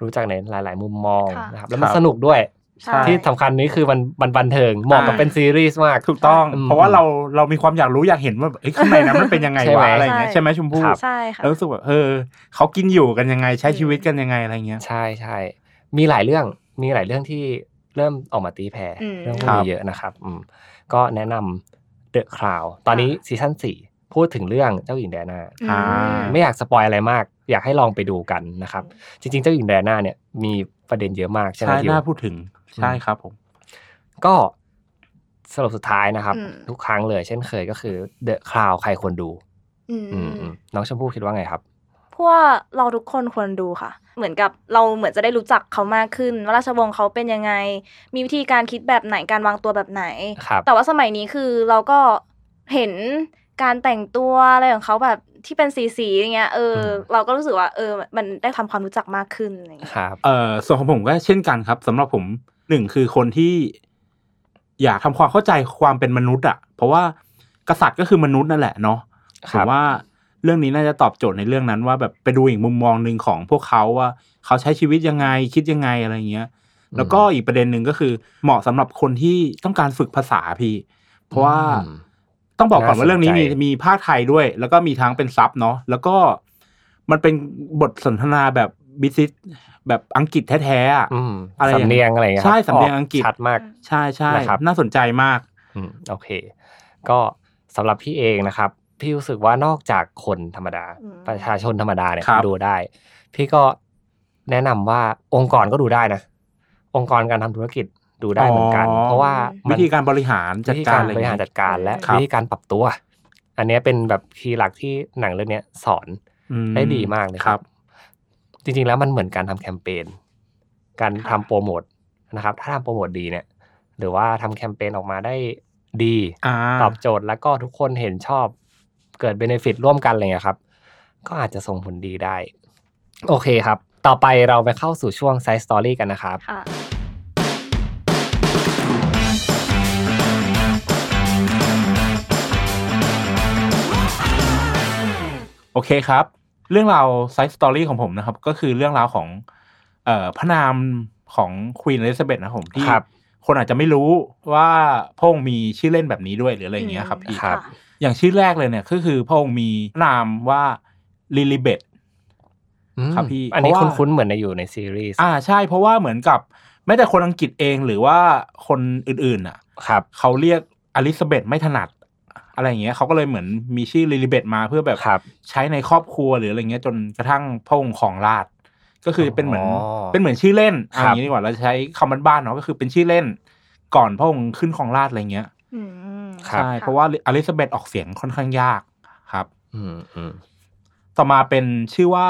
Speaker 2: รู้จักในหลาย ๆ มุมมอง
Speaker 4: ค่ะ
Speaker 2: นะครับแล้วมัน
Speaker 3: ครับ
Speaker 2: สนุกด้วย
Speaker 4: ใช่
Speaker 2: ที่สำคัญนี้คือมันมันบันเทิงเหมาะกับเป็นซีรีส์มาก
Speaker 3: ถูกต้อง
Speaker 2: อืม
Speaker 3: เพราะว่าเราเรามีความอยากรู้อยากเห็นว่าเอ้ยข้างในนั้นมันเป็นยังไง
Speaker 2: ใช่ไหม
Speaker 3: วะอะไรอย่างเงี้ย
Speaker 4: ใช่
Speaker 3: ใช่ไหมชมพู่
Speaker 2: ครับ
Speaker 4: ใช่ค่ะ
Speaker 3: แล้วรู้สึกแบบเออเขากินอยู่กันยังไงใช้ชีวิตกันยังไงอะไรเงี้ย
Speaker 2: ใช่ใช่มีหลายเรื่องมีหลายเรื่องที่เริ่มออกมาตีแผ่
Speaker 4: อืม
Speaker 2: เรื่องพว
Speaker 3: ค
Speaker 2: ก
Speaker 3: รับ
Speaker 2: นี้เยอะนะครับอืมก็แนะนำเดอะค o าวตอนนี้ซีซั่นสี่พูดถึงเรื่องเจ้าหญิงแดนา
Speaker 4: อื
Speaker 3: อ่า
Speaker 4: ม
Speaker 2: ไม่อยากสปอยอะไรมาก อยากให้ลองไปดูกันนะครับ จริงๆ เจ้าหญิงแดนาเนี่ยมีประเด็นเยอะมากใช่ไหม
Speaker 3: ใช่
Speaker 2: ทิว
Speaker 3: น่าพูดถึงใช่ครับผม
Speaker 2: ก็สรุปสุดท้ายนะครับ
Speaker 4: อืม
Speaker 2: ทุกครั้งเลยเช่นเคยก็คือ The Crown ใครควรดู
Speaker 4: อืม
Speaker 2: อืมน้องชมพู่คิดว่าไงครับ
Speaker 4: เพราะว่าเราทุกคนควรดูค่ะ เหมือนกับเราเหมือนจะได้รู้จักเขามากขึ้น ว่าราชวงศ์เขาเป็นยังไง มีวิธีการคิดแบบไหนการวางตัวแบบไหน
Speaker 2: ครับ
Speaker 4: แต่ว่าสมัยนี้คือเราก็เห็นการแต่งตัวอะไรของเขาแบบที่เป็นสีสีๆอย่างเงี้ยเอออ
Speaker 2: ม
Speaker 4: เราก็รู้สึกว่าเออ มันได้ทำความรู้จักมากขึ้นอะไรอย่างเงี้ย
Speaker 2: ครับ
Speaker 3: เอ่อส่วนของผมก็เช่นกันครับสำหรับผมหนึ่งคือคนที่ อยากทำความเข้าใจความเป็นมนุษย์อะเพราะว่ากษัตริย์ก็คือมนุษย์นั่นแหละเนาะ
Speaker 2: ค
Speaker 3: ผ
Speaker 2: รับ
Speaker 3: มว่าเรื่องนี้น่าจะตอบโจทย์ในเรื่องนั้น ว่าแบบไปดูอีกมุมมองหนึ่งของพวกเขาว่า เขาใช้ชีวิตยังไงคิดยังไงอะไรเงี้ย แล้วก็อีกประเด็นหนึ่งก็คือเหมาะสำหรับคนที่ต้องการฝึกภาษาพี่ เพราะว่า
Speaker 2: อืม
Speaker 3: ต้องบอกก่อนว่า
Speaker 2: น่าสนใจ
Speaker 3: เรื่องนี้มีมีภาคไทยด้วย แล้วก็มีทั้งเป็นซับเนาะแล้วก็มันเป็นบทสนทนาแบบบิซิสแบบอังกฤษแท้ๆอะ
Speaker 2: อืม
Speaker 3: อะไรอย่าง
Speaker 2: สำเนียงอะไรอย่างเงี้ย
Speaker 3: ใช่
Speaker 2: ครับ
Speaker 3: สำเนียงอังกฤษ
Speaker 2: ชัดมาก
Speaker 3: ใช่ใช่
Speaker 2: นะครับ
Speaker 3: น่าสนใจมาก
Speaker 2: อืมโอเค ก็สำหรับพี่เองนะครับ พี่รู้สึกว่านอกจากคนธรรมดา
Speaker 4: อืม
Speaker 2: ประชาชนธรรมดาเนี่ย
Speaker 3: ครับ
Speaker 2: ดูได้ พี่ก็แนะนำว่าองค์กรก็ดูได้นะ องค์กรการทำธุรกิจดูได้เหมือนกัน เพราะว่ามั
Speaker 3: วิ
Speaker 2: น
Speaker 3: ธีการบริหารจัดการอะ
Speaker 2: วิ
Speaker 3: ไร
Speaker 2: ธีบริหาร
Speaker 3: เงี้ย
Speaker 2: จัดการและ
Speaker 3: ครับ
Speaker 2: วิธีการปรับตัว อันเนี้ยเป็นแบบคีย์หลักที่หนังเรื่องเนี้ยสอน
Speaker 3: อื
Speaker 2: ได้ดีมากเลยครับ จริงๆแล้วมันเหมือนการทำแคมเปญการทำโปรโมทนะครับ ถ้าทำโปรโมทดีเนี่ย หรือว่าทำแคมเปญออกมาได้ดี
Speaker 3: อ่า
Speaker 2: ตอบโจทย์แล้วก็ทุกคนเห็นชอบเกิดเบนฟิตร่วมกันอะไรเงี้ยครับ ก็อาจจะส่งผลดีได้ โอเคครับ ต่อไปเราไปเข้าสู่ช่วงไซส์สตอรี่กันนะครับ
Speaker 4: ค่ะ
Speaker 3: โอเคครับ เรื่องราวไซส์สตอรี่ของผมนะครับ ก็คือเรื่องราวของ เอ่อพระนามของควีน l อ z ิซาเบธนะครับผมที่
Speaker 2: ครับ
Speaker 3: คนอาจจะไม่รู้ว่าพระองค์มีชื่อเล่นแบบนี้ด้วยหรืออะไรอย่างเงี้ยครับพี่
Speaker 2: ครับ
Speaker 3: อย่างชื่อแรกเลยเนี่ยก็คือพระองค์มีนามว่าลิลิเบต
Speaker 2: อืม
Speaker 3: ครับพี่
Speaker 2: อันนี้
Speaker 3: เพราะว่า
Speaker 2: คุ้นๆเหมือนในอยู่ในซีรีส์
Speaker 3: อ่าใช่เพราะว่าเหมือนกับไม่แต่คนอังกฤษเองหรือว่าคนอื่นๆอ่ะ
Speaker 2: ครับ
Speaker 3: เขาเรียกอลิซาเบธไม่ถนัด อะไรอย่างเงี้ยเขาก็เลยเหมือนมีชื่อลิลิเบตมาเพื่อแบบ
Speaker 2: ครับ
Speaker 3: ใช้ในครอบครัวหรืออะไรเงี้ยจนกระทั่งพระองค์ของราชย์ก็คือเป็นเหมือน
Speaker 2: อ๋อ
Speaker 3: เป็นเหมือนชื่อเล่นอะ
Speaker 2: ค
Speaker 3: ไร
Speaker 2: รั
Speaker 3: อบ ย่างงี้ดีกว่าเราใช้คำบ้านๆเนาะก็คือเป็นชื่อเล่น ก่อนพระองค์ขึ้นของราชย์อะไรเงี้ย
Speaker 4: อืม
Speaker 2: ครับ
Speaker 3: ใช่เพราะว่าอลิซาเบธออกเสียงค่อนข้างยากครับ
Speaker 2: อืมอืม
Speaker 3: ต่อมาเป็นชื่อว่า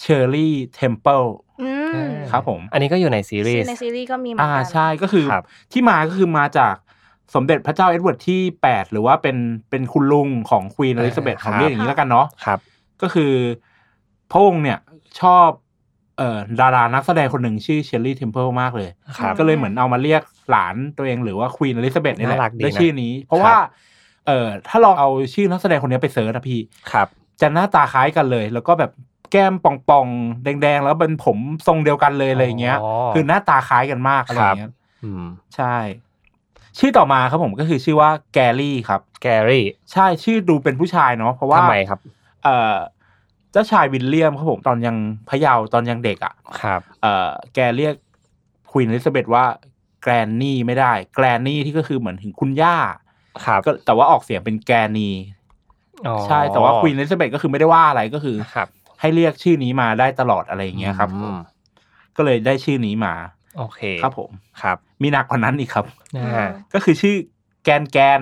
Speaker 3: เชอร์รี่เทมเพิล
Speaker 4: อืม
Speaker 3: ครับผม
Speaker 2: อันนี้ก็อยู่ในซีรีส์
Speaker 4: ในซีรีส์ก็มีเหมือ
Speaker 3: อ่าน
Speaker 4: กั
Speaker 3: ใช่ก็คือ
Speaker 2: ครับ
Speaker 3: ที่มาก็คือมาจากสมเด็จพระเจ้าเอ็ดเวิร์ดที่ 8 หรือว่าเป็นเป็นคุณลุงของควีนอลิซาเบธ
Speaker 2: เออค
Speaker 3: ผม
Speaker 2: รับ
Speaker 3: เรียกอย่างนี้แล้วกันเนาะ
Speaker 2: ครับ
Speaker 3: ก็คือพระองค์เนี่ยชอบเอ่อดารานักแสดงคนหนึ่งชื่อเชอร์รี่เทมเพิลมากเลย
Speaker 2: ครับ
Speaker 3: ก็เลยเหมือนเอามาเรียกหลานตัวเองหรือว่าควีนอลิซาเบธนี่แหละ
Speaker 2: น่ารักดีนะ
Speaker 3: ด้วยชื่อนี้ เพ
Speaker 2: ค
Speaker 3: ราะ
Speaker 2: รับ
Speaker 3: ว่าเอ่อถ้าลองเอาชื่อนักแสดงคนนี้ไปเสิร์ชนะพี่
Speaker 2: ครับ
Speaker 3: จะหน้าตาคล้ายกันเลย แล้วก็แบบแก้มป่องๆ แดงๆ แล้วเป็นผมทรงเดียวกันเลยอะไรอย่างเงี้ย
Speaker 2: อ๋อ
Speaker 3: คือหน้าตาคล้ายกันมากอะไรอย่างเงี้ย
Speaker 2: อืม
Speaker 3: ใช่ ชื่อต่อมาครับผมก็คือชื่อว่าแกลลี่ครับ
Speaker 2: แกรี่
Speaker 3: ใช่ชื่อดูเป็นผู้ชายเนาะเพราะว่า
Speaker 2: ทำไมครับ
Speaker 3: เอ่อเจ้าชายวิลเลียมครับผมตอนยังพะเยาว์ตอนยังเด็กอ่ะ
Speaker 2: ครับ
Speaker 3: เอ่อแกเรียกควีนอลิซาเบธว่าแกรนนี่ไม่ได้ แกรนนี่ที่ก็คือเหมือนถึงคุณย่า
Speaker 2: ครับ
Speaker 3: ก็แต่ว่าออกเสียงเป็นแกรนี
Speaker 2: อ๋อ
Speaker 3: ใช่แต่ว่าควีนอลิซาเบธก็คือไม่ได้ว่าอะไรก็คือ
Speaker 2: ครับ
Speaker 3: ให้เรียกชื่อนี้มาได้ตลอดอะไรอย่างเงี้ยครับ
Speaker 2: อืม
Speaker 3: ก็เลยได้ชื่อนี้มา
Speaker 2: โอเค
Speaker 3: ครับผม
Speaker 2: ครับ
Speaker 3: มีหนักกว่านั้นอีกครับ
Speaker 4: อื
Speaker 2: อ่าม
Speaker 3: ก็คือชื่อแกนแกน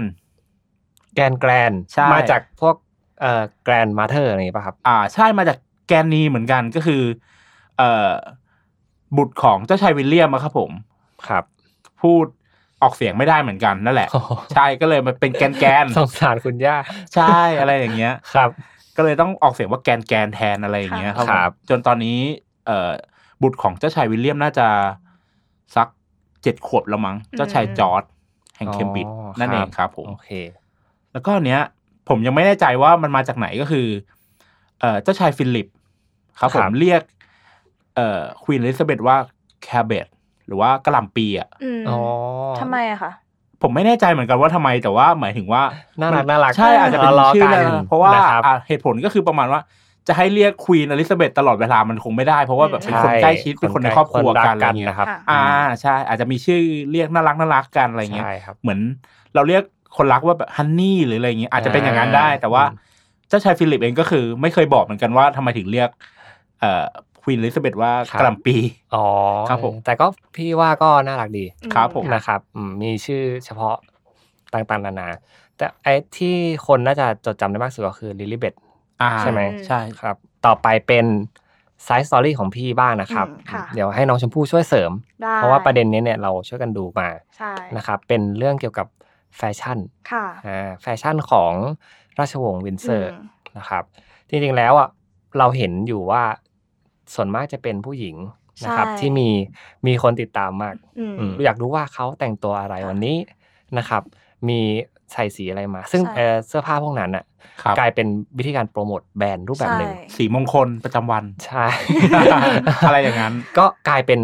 Speaker 2: แกรนแกรน
Speaker 3: ใช่
Speaker 2: มาจากพวกเอ่อแกรนมาเธอร์อะไรอย่างงี้ป่ะครับ
Speaker 3: อ่าใช่มาจากแกนนีเหมือนกันก็คือเอ่อบุตรของเจ้าชายวิลเลียมอะครับผม
Speaker 2: ครับ
Speaker 3: พูดออกเสียงไม่ได้เหมือนกันนั่นแหละ
Speaker 2: โอ้โห
Speaker 3: ใช่ก็เลยมันเป็นแกนแกน
Speaker 2: สงสารคุณย่า
Speaker 3: ใช่อะไรอย่างเงี้ย
Speaker 2: ครับ
Speaker 3: ก็เลยต้องออกเสียงว่าแกนแกนแทนอะไรอย่างเงี้ยครับผม
Speaker 2: ครับ
Speaker 3: จนตอนนี้ เอ่อบุตรของเจ้าชายวิลเลียมน่าจะสักเจ็ดขวบแล้วมั้งเจ้าชายจอร์ดแห่งเคมบริดจ์นั่นเองครับผม
Speaker 2: โอเค
Speaker 3: แล้วก็อันเนี้ย ผมยังไม่แน่ใจว่ามันมาจากไหนก็คือ เอ่อเจ้าชายฟิลิป ครับผ
Speaker 2: ครั
Speaker 3: ม
Speaker 2: บ
Speaker 3: เรียก เอ่อควีนลิซเบธว่าแคเบตหรือว่ากระหล่ำปีอ่ะ
Speaker 4: อืม
Speaker 2: อ๋อ
Speaker 4: ทำไมอะคะ
Speaker 3: ผมไม่แน่ใจเหมือนกันว่าทำไมแต่ว่าหมายถึงว่า
Speaker 2: น่ารักน่ารัก
Speaker 3: ใช่อาจจะเป็น
Speaker 2: ล้ๆ
Speaker 3: ชื่อ
Speaker 2: กั
Speaker 3: เลยเพราะว่า
Speaker 2: นะครับ
Speaker 3: อ่ะเหตุผลก็คือประมาณว่าจะให้เรียกควีนอลิซาเบธตลอดเวลามันคงไม่ได้เพราะว่าแบบเป็นคน
Speaker 2: ใช่
Speaker 3: ใกล้ชิดเป็นคนในครอบครัวกันอะไรเงี้ย
Speaker 2: นะครับ
Speaker 4: ะ
Speaker 3: อ่าใช่อาจจะมีชื่อเรียกน่ารักน่ารักกันอะไรเงี้ย
Speaker 2: ใช่ครับ
Speaker 3: เหมือนเราเรียกคนรักว่าแบบฮันนี่หรืออะไรเงี้ยอาจจะเป็นอย่างนั้นได้
Speaker 2: อ่า
Speaker 3: แต่ว่าเจ้าชายฟิลิปเองก็คือ ไม่เคยบอกเหมือนกันว่าทำไมถึงเรียกเอ่อควีนอลิซาเบธว่ากระหลำปี
Speaker 2: อ๋อ
Speaker 3: ครับผม
Speaker 2: แต่ก็พี่ว่าก็น่ารักดี
Speaker 3: ครับผม
Speaker 2: นะครับอืมมีชื่อเฉพาะต่างๆนานา แต่ไอ้ที่คนน่าจะจดจำได้มากสุดก็คือลิลิเบต
Speaker 3: อ่า
Speaker 2: ใช่ไหม
Speaker 3: ใช่
Speaker 2: ครับ ต่อไปเป็นไซส์สตอรี่ของพี่บ้างนะครับ
Speaker 4: อืมค่ะ
Speaker 2: เดี๋ยวให้น้องชมพู่ช่วยเสริม
Speaker 4: ได้
Speaker 2: เพราะว่าประเด็นนี้เนี่ยเราช่วยกันดูมา
Speaker 4: ใช่
Speaker 2: นะครับ เป็นเรื่องเกี่ยวกับแฟชั่น
Speaker 4: ค่ะ
Speaker 2: อ่าแฟชั่นของราชวงศ์วินเซอร์
Speaker 4: ม
Speaker 2: นะครับจริงๆแล้วอ่ะเราเห็นอยู่ว่าส่วนมากจะเป็นผู้หญิงนะครับ
Speaker 4: ใช่
Speaker 2: ที่มีมีคนติดตามมาก
Speaker 4: อืม
Speaker 2: อยากรู้ว่าเขาแต่งตัวอะไร
Speaker 4: ค่ะ
Speaker 2: วันนี้นะครับ มีใส่สีอะไรมา ซึ่ง
Speaker 4: ใช่
Speaker 2: เอ่อเสื้อผ้าพวกนั้นอ่ะ
Speaker 3: ครับ
Speaker 2: กลายเป็นวิธีการโปรโมทแบรนด์รูปแบบหนึ่ง
Speaker 3: สีมงคลประจำวัน
Speaker 2: ใช่
Speaker 3: อะไรอย่างนั้น
Speaker 2: ก็กลายเป็น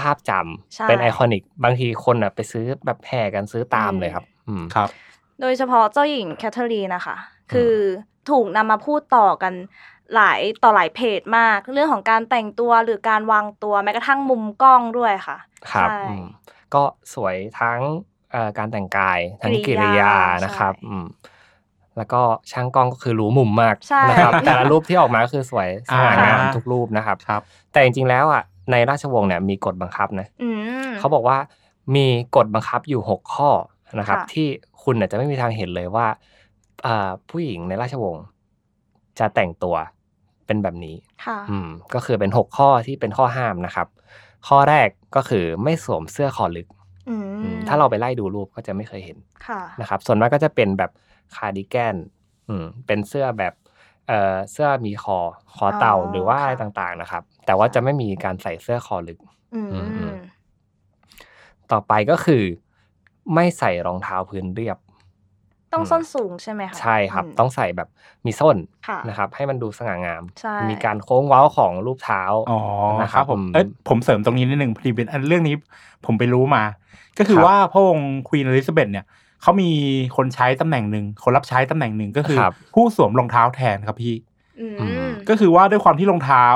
Speaker 2: ภาพจ
Speaker 4: ใช่
Speaker 2: ำเป็นไอคอนิก บางทีคนอ่ะไปซื้อแบบแห่กันซื้อตามเลยครับอืม
Speaker 3: ครับ
Speaker 4: โดยเฉพาะเจ้าหญิงแคทเธอรีนนะคะ คือถูกนำมาพูดต่อกันหลายต่อหลายเพจมาก เรื่องของการแต่งตัวหรือการวางตัวแม้กระทั่งมุมกล้องด้วยค่ะ
Speaker 2: ครับ
Speaker 4: ใช่
Speaker 2: อืมก็สวยทั้งเอ่อการแต่งกายทั้ง
Speaker 4: กิ
Speaker 2: กิ
Speaker 4: ริ
Speaker 2: ริยาย
Speaker 4: า
Speaker 2: นะครับ
Speaker 4: ใช่
Speaker 2: อืมแล้วก็ช่างกล้องก็คือรู้มุมมาก
Speaker 4: ใช่
Speaker 2: นะครับแต่ละรูปที่ออกมาก็คือสวยสง่างาม
Speaker 3: อ่า
Speaker 2: ทุกรูปนะครับ
Speaker 3: ครับ
Speaker 2: แต่จริงๆแล้วอ่ะในราชวงศ์เนี่ยมีกฎบังคับนะ
Speaker 4: อืม
Speaker 2: เขาบอกว่ามีกฎบังคับอยู่ 6 ข้อนะครับ
Speaker 4: ค่ะ
Speaker 2: ที่คุณอาจจะไม่มีทางเห็นเลยว่าเอ่อผู้หญิงในราชวงศ์จะแต่งตัวเป็นแบบนี้
Speaker 4: ค่ะ
Speaker 2: อืมก็คือเป็น 6 ข้อที่เป็นข้อห้ามนะครับ ข้อแรกก็คือไม่สวมเสื้อคอลึก
Speaker 4: อืม
Speaker 2: อืมถ้าเราไปไล่ดูรูปก็จะไม่เคยเห็น
Speaker 4: ค่ะ
Speaker 2: นะครับ ส่วนมากก็จะเป็นแบบคาร์ดิแกนอืมเป็นเสื้อแบบเอ่อเสื้อมีคอคอเต่า
Speaker 4: อ๋อ
Speaker 2: หรือว่าอะไร
Speaker 4: ค่ะ
Speaker 2: ต่างๆนะครับ แต่ว่าจะไม่มีการใส่เสื้อคอลึก
Speaker 4: อืม
Speaker 2: อืมอืม ต่อไปก็คือ ไม่ใส่รองเท้าพื้นเรียบ
Speaker 4: ต้องส้นสูงใช่ไหมคะ
Speaker 2: ใช่ครับ
Speaker 4: ม
Speaker 2: ต้องใส่แบบมีส้น
Speaker 4: ค่ะ
Speaker 2: นะครับ ให้มันดูสง่างาม
Speaker 4: ใช่
Speaker 2: มีการโค้งเว้าของรูปเท้า
Speaker 3: อ๋อ
Speaker 2: นะค
Speaker 3: ค
Speaker 2: รั
Speaker 3: รั
Speaker 2: บบ
Speaker 3: ผม
Speaker 2: อืม
Speaker 3: เอ้ยผมเสริมตรงนี้นิดนึงพอดีเป็นอันเรื่องนี้ผมไปรู้มา ก็คื
Speaker 2: ค
Speaker 3: อ
Speaker 2: รับ
Speaker 3: ว่าพระองค์ควีนอลิซาเบธเนี่ยเขามีคนใช้ตำแหน่งหนึ่งคนรับใช้ตำแหน่งหนึ่งก็คือ
Speaker 2: ครับ
Speaker 3: ผู้สวมรองเท้าแทนครับพี่
Speaker 4: อืม
Speaker 2: อืม
Speaker 3: ก็คือว่าด้วยความที่รองเท้า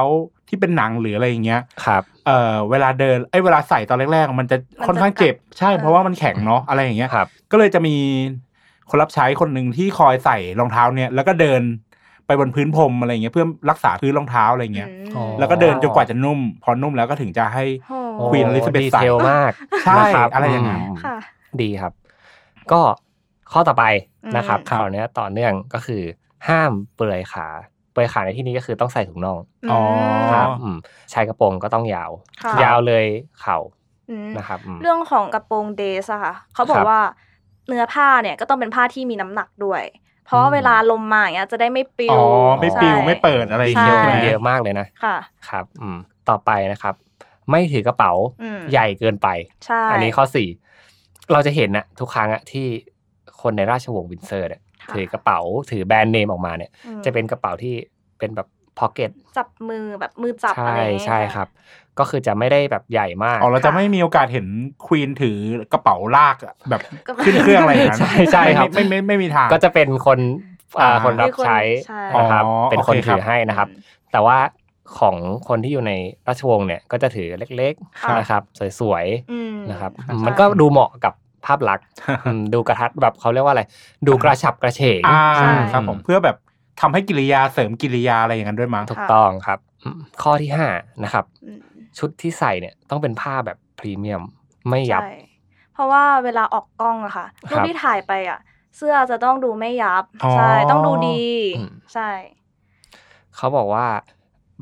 Speaker 3: ที่เป็นหนังหรืออะไรอย่างเงี้ย
Speaker 2: ครับ
Speaker 3: เอ่อเวลาเดินไอ้ยเวลาใส่ตอนแรกๆ มันจะค่อนข้างเจ็บใช่เพราะว่ามันแข็งเนาะอะไรอย่างเงี้ย
Speaker 2: ครับ
Speaker 3: ก็เลยจะมีคนรับใช้คนหนึ่งที่คอยใส่รองเท้าเนี่ย แล้วก็เดินไปบนพื้นพรมอะไรอย่างเงี้ยเพื่อรักษาพื้นรองเท้าอะไรอย่างเงี้ย
Speaker 4: อืม
Speaker 2: อ๋อ
Speaker 3: แล้วก็เดินจนกว่าจะนุ่ม พอนุ่มแล้วก็ถึงจะให้
Speaker 4: โอ้
Speaker 2: โอ้
Speaker 3: Queen Elizabeth
Speaker 2: ดีเทล
Speaker 3: ใส่
Speaker 2: มาก
Speaker 3: ใช่
Speaker 2: นะครับ
Speaker 3: อะไรอย่างนั้น
Speaker 2: ม
Speaker 4: ค่ะ
Speaker 2: ดีครับ ก็ข้อต่อไปนะครับ
Speaker 4: อืม
Speaker 2: คราวเนี้ยต่อเนื่องก็คือ ห้ามเปลือยขา เปลือยขาในที่นี้ก็คือต้องใส่ถุงน่อง
Speaker 4: ม
Speaker 3: อ๋อ
Speaker 2: ครับอืมชายกระโปรงก็ต้องยาว
Speaker 4: ค่ะ
Speaker 2: ยาวเลยเข่า
Speaker 4: อืม
Speaker 2: นะครับอืม
Speaker 4: เรื่องของกระโปรงเดรสอะค่ะเขาบอ
Speaker 2: ครั
Speaker 4: ก
Speaker 2: บ
Speaker 4: ว่าเนื้อผ้าเนี่ยก็ต้องเป็นผ้าที่มีน้ำหนักด้วย เพราะว่า
Speaker 2: อืม
Speaker 4: เวลาลมมาอย่างเงี้ยจะได้ไม่ปลิว
Speaker 3: อ๋อไม่ปิว
Speaker 4: ใช่
Speaker 3: ไม่เปิดอะไรอ
Speaker 2: ดี
Speaker 3: ย่าง
Speaker 2: เทลมัน
Speaker 3: เงี้ยใช่ไหม
Speaker 2: เยอะมากเลยนะ
Speaker 4: ค่ะ
Speaker 2: ครับอืมต่อไปนะครับ ไม่ถือกระเป๋า
Speaker 4: อืม
Speaker 2: ใหญ่เกินไป
Speaker 4: ใช่
Speaker 2: อั
Speaker 4: อั
Speaker 2: นนี้ข้อสี่เราจะเห็นนะทุกครั้งอะที่คนในราชวงศ์วินเซอร์เนี่ย
Speaker 4: ค่ะ
Speaker 2: ถือกระเป๋าถือแบรนด์เนมออกมาเนี่ย จะเป็นกระเป๋าที่เป็นแบบพ็อกเก็ต
Speaker 4: จับมือแบบมือจับอะ
Speaker 2: ใช่
Speaker 4: ไรอย่างเงี้ย
Speaker 2: ใช่ครับ ก็คือจะไม่ได้แบบใหญ่มาก
Speaker 3: อ๋อเราจะไม่มีโอกาสเห็นควีนถือกระเป๋าลากอะแบบขึ้นเครื่องอะไรอย่างนั้น
Speaker 2: ใช่ใช่ครับ
Speaker 3: ไม่ไม่ไม่ไม่ไม่มีทาง
Speaker 2: ก็จะเป็นคนอ่า
Speaker 3: อ่า
Speaker 2: คนรับใช้
Speaker 4: ใช่
Speaker 2: นะครับ
Speaker 3: อ๋อ
Speaker 2: เป็นคน
Speaker 3: โอเคครับ
Speaker 2: ถือให้นะครับ แต่ว่าของคนที่อยู่ในราชวงศ์เนี่ยก็จะถือเล็ก
Speaker 4: ค่ะ
Speaker 2: ๆนะครับ สวย
Speaker 4: อืม
Speaker 2: ๆนะครับ
Speaker 4: ค่ะ
Speaker 2: มันก็ดูเหมาะกับภาพลักษณ์อืมดูกระทัดแบบเขาเรียกว่าอะไร ดูกระฉับกระเฉง
Speaker 3: อ่า
Speaker 4: ใช่
Speaker 3: ครับผมเพื่อแบบทำให้กิริยาเสริมกิริยาอะไรอย่างนั้นด้วยมั้ง
Speaker 2: ถูกต้องครับอืมข้อที่ห้านะครับ
Speaker 4: อืม
Speaker 2: ชุดที่ใส่เนี่ยต้องเป็นผ้าแบบพรีเมียมไม่ยับ
Speaker 4: ใช่เพราะว่าเวลาออกกล้องอะค่ะ
Speaker 2: ครับ
Speaker 4: รูปที่ถ่ายไปอะเสื้อจะต้องดูไม่ยับ
Speaker 3: อ๋อ
Speaker 4: ใช่ต้องดูดี
Speaker 2: อืม
Speaker 4: ใช่
Speaker 2: เขาบอกว่า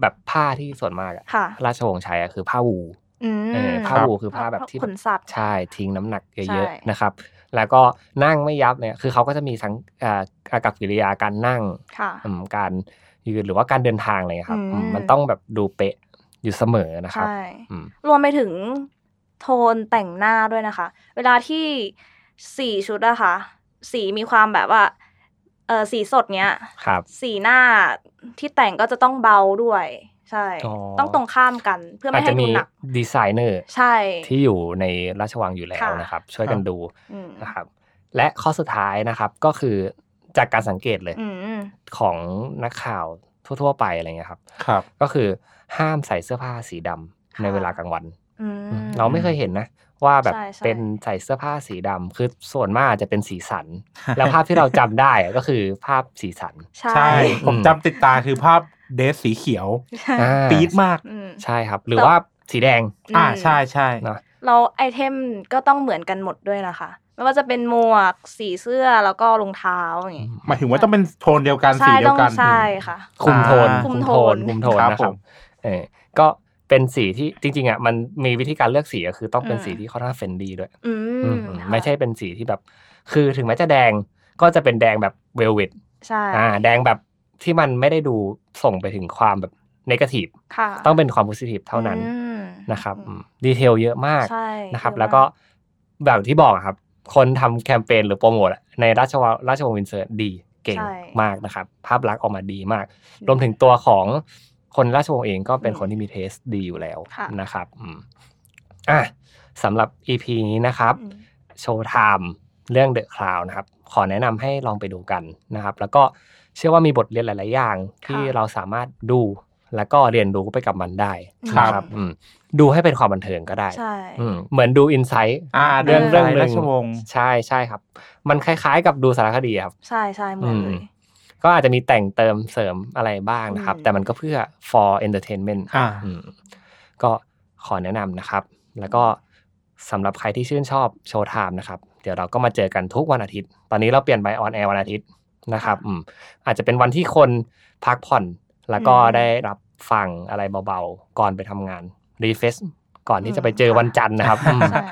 Speaker 2: แบบผ้าที่ส่วนมากอะ
Speaker 4: ค่ะ
Speaker 2: ราชวงศ์ใช้อะคือผ้าวู
Speaker 4: อืม
Speaker 2: เออผ้าวูคือผ้าแบบที่
Speaker 4: ขนสัตว์
Speaker 2: ใช่ทิ้งน้ำหนัก
Speaker 4: ใช่
Speaker 2: เยอะๆนะครับ แล้วก็นั่งไม่ยับเนี่ยคือเขาก็จะมีทั้งเอ่ออากับกิริยาการนั่ง
Speaker 4: ค่ะ
Speaker 2: อืมการยืนหรือว่าการเดินทางอะไรเงี้ยครับ
Speaker 4: อืม
Speaker 2: อืมมันต้องแบบดูเป๊ะอยู่เสมอนะครับ
Speaker 4: ใช่
Speaker 2: อืม
Speaker 4: รวมไปถึงโทนแต่งหน้าด้วยนะคะ เวลาที่สีชุดอะค่ะ สีมีความแบบว่าเออสีสดเนี้ย
Speaker 2: ครับ
Speaker 4: สีหน้าที่แต่งก็จะต้องเบาด้วย ใช่
Speaker 2: อ๋อ
Speaker 4: ต้องตรงข้ามกันเพื่อ
Speaker 2: อาจ
Speaker 4: ไม่ให้
Speaker 2: จะ
Speaker 4: ดู
Speaker 2: มี
Speaker 4: หนัก
Speaker 2: ดีไซเนอร์
Speaker 4: ใช่
Speaker 2: ที่อยู่ในราชวังอยู่แล้ว
Speaker 4: ค่ะ
Speaker 2: นะครับ ช่วยกันดู
Speaker 4: อืม
Speaker 2: นะครับและข้อสุดท้ายนะครับก็คือจากการสังเกตเลย
Speaker 4: อืม
Speaker 2: ของนักข่าวทั่วๆไปอะไรเงี้ยครับ
Speaker 3: ครับ
Speaker 2: ก็คือห้ามใส่เสื้อผ้าสีดำ
Speaker 4: ะ
Speaker 2: ในเวลากลางวัน
Speaker 4: อืม
Speaker 2: เราไม่เคยเห็นนะ ว่าแบบ
Speaker 4: ใช่ใช่
Speaker 2: เป็นใส่เสื้อผ้าสีดำคือส่วนมากจะเป็นสีสั น แล้วภาพที่เราจำได้อะก็คือภาพสีสัน
Speaker 4: ใช่
Speaker 3: ใช่
Speaker 2: อืม
Speaker 3: ผมจำติดตาคือภาพเดสสีเขียว
Speaker 2: อ่า
Speaker 3: ปี๊ดมาก
Speaker 4: อืม
Speaker 2: ใช่ครับ หรือ
Speaker 4: แต่
Speaker 2: ว่าสีแดง
Speaker 4: ม
Speaker 3: อ่าใช่ใช่
Speaker 2: เนอะ
Speaker 4: เราไอเทมก็ต้องเหมือนกันหมดด้วยนะคะ ไม่ว่าจะเป็นหมวกสีเสื้อแล้วก็รองเท้าอย่างงี้
Speaker 3: หมายถึงว่าต้องเป็นโทนเดียวกันสี
Speaker 4: ใช่
Speaker 3: เดีย
Speaker 4: ต้อง
Speaker 3: วกัน
Speaker 4: ใช่ค่ะ
Speaker 2: คุมโทน
Speaker 3: อ่า
Speaker 2: คุมโทนคุมโทน
Speaker 3: ครับ
Speaker 2: นะ
Speaker 3: ผ
Speaker 2: ครับ
Speaker 3: ม
Speaker 2: เออก็เป็นสีที่จริงๆอ่ะมันมีวิธีการเลือกสีก็คือต้องเป็น
Speaker 4: อืม
Speaker 2: สีที่ค่อนข้างเฟรนดีด้วย
Speaker 4: อื
Speaker 2: อื
Speaker 4: ม
Speaker 2: มไม่ใช่เป็นสีที่แบบ คือถึงแม้จะแดงก็จะเป็นแดงแบบเวลเวด
Speaker 4: ใช่
Speaker 2: อ่าแดงแบบที่มันไม่ได้ดูส่งไปถึงความแบบนกาทีฟ
Speaker 4: ค่ะ
Speaker 2: ต้องเป็นความโพซิทีฟเท่านั้น
Speaker 4: อืม
Speaker 2: นะครับอืมดีเทลเยอะมาก
Speaker 4: ใช่
Speaker 2: นะครับ
Speaker 4: เยอมา
Speaker 2: แล้วก็แบบที่บอกอะครับ คนทำแคมเปญหรือโปรโมทอะในราชวงศ์ราชวงศ์วินเซอร์ดีเก่ง
Speaker 4: ใช่
Speaker 2: มากนะครับ ภาพลักษณ์ออกมาดีมาก รวมถึงตัวของคนราชวงศ์เองก็เป็น
Speaker 4: อืม
Speaker 2: คนที่มีเทสดีอยู่แล้ว
Speaker 4: ค่ะ
Speaker 2: นะครับอืมอ่ะสำหรับ EP นี้นะครับ
Speaker 4: อืม
Speaker 2: โชว์ไทม์เรื่องเดอะคลาวนะครับ ขอแนะนำให้ลองไปดูกันนะครับ แล้วก็เชื่อว่ามีบทเรียนหลาย ๆ อย่าง ที่
Speaker 4: ค่ะ
Speaker 2: เราสามารถดูแล้วก็เรียนรู้ไปกับมันได้นะครับ อืมดูให้เป็นความบันเทิงก็ได้
Speaker 4: ใช่
Speaker 2: อืมเหมือนดูอินไซต์
Speaker 3: อ่า
Speaker 4: เรื่
Speaker 3: เรื่
Speaker 4: อ
Speaker 3: อง ง
Speaker 2: เรื่
Speaker 3: เรื่
Speaker 2: อ
Speaker 3: อง
Speaker 2: หนึ่ง
Speaker 3: งราชวงศ์
Speaker 2: ใช่ใช่ครับ มันคล้าย ๆ กับดูสารคดีครับ
Speaker 4: ใช่ใช่เหมือนเล
Speaker 2: อื
Speaker 4: ย
Speaker 2: ม ก็อาจจะมีแต่งเติมเสริมอะไรบ้างนะครับ
Speaker 4: อืม
Speaker 2: แต่มันก็เพื่อ for entertainment
Speaker 3: อ่า
Speaker 2: อืมก็ขอแนะนำนะครับ แล้วก็สำหรับใครที่ชื่นชอบโชว์ไทม์นะครับ เดี๋ยวเราก็มาเจอกันทุกวันอาทิตย์ ตอนนี้เราเปลี่ยนไปออนแอร์วันอาทิตย์นะครับอืมอาจจะเป็นวันที่คนพักผ่อน แล้วก็
Speaker 4: อืม
Speaker 2: ได้รับฟังอะไรเบาๆ ก่อนไปทำงาน รีเฟซก่อนที่จะไปเจอ
Speaker 4: อืม
Speaker 2: วันจันทร์นะครับอืม
Speaker 4: ใช่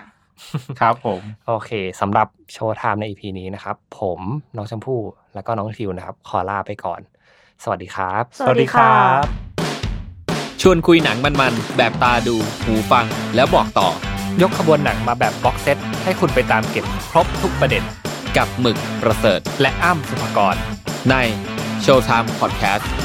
Speaker 3: ครับผม
Speaker 2: โอเคสำหรับโชว์ไทม์ใน EP นี้นะครับ ผมน้องชมพู่แล้วก็น้องฟิวนะครับ ขอลาไปก่อน สวัสดีครับ
Speaker 4: สวัสดีค่ะ
Speaker 1: ชวนคุยหนังมันๆ แบบตาดู หูฟัง แล้วบอกต่อ
Speaker 2: ยกขบวนหนังมาแบบบ็อกเซตให้คุณไปตามเก็บครบทุกประเด็น
Speaker 1: กับหมึกประเสริฐ
Speaker 2: และอ้ำสุภกร
Speaker 1: ใน Showtime Podcast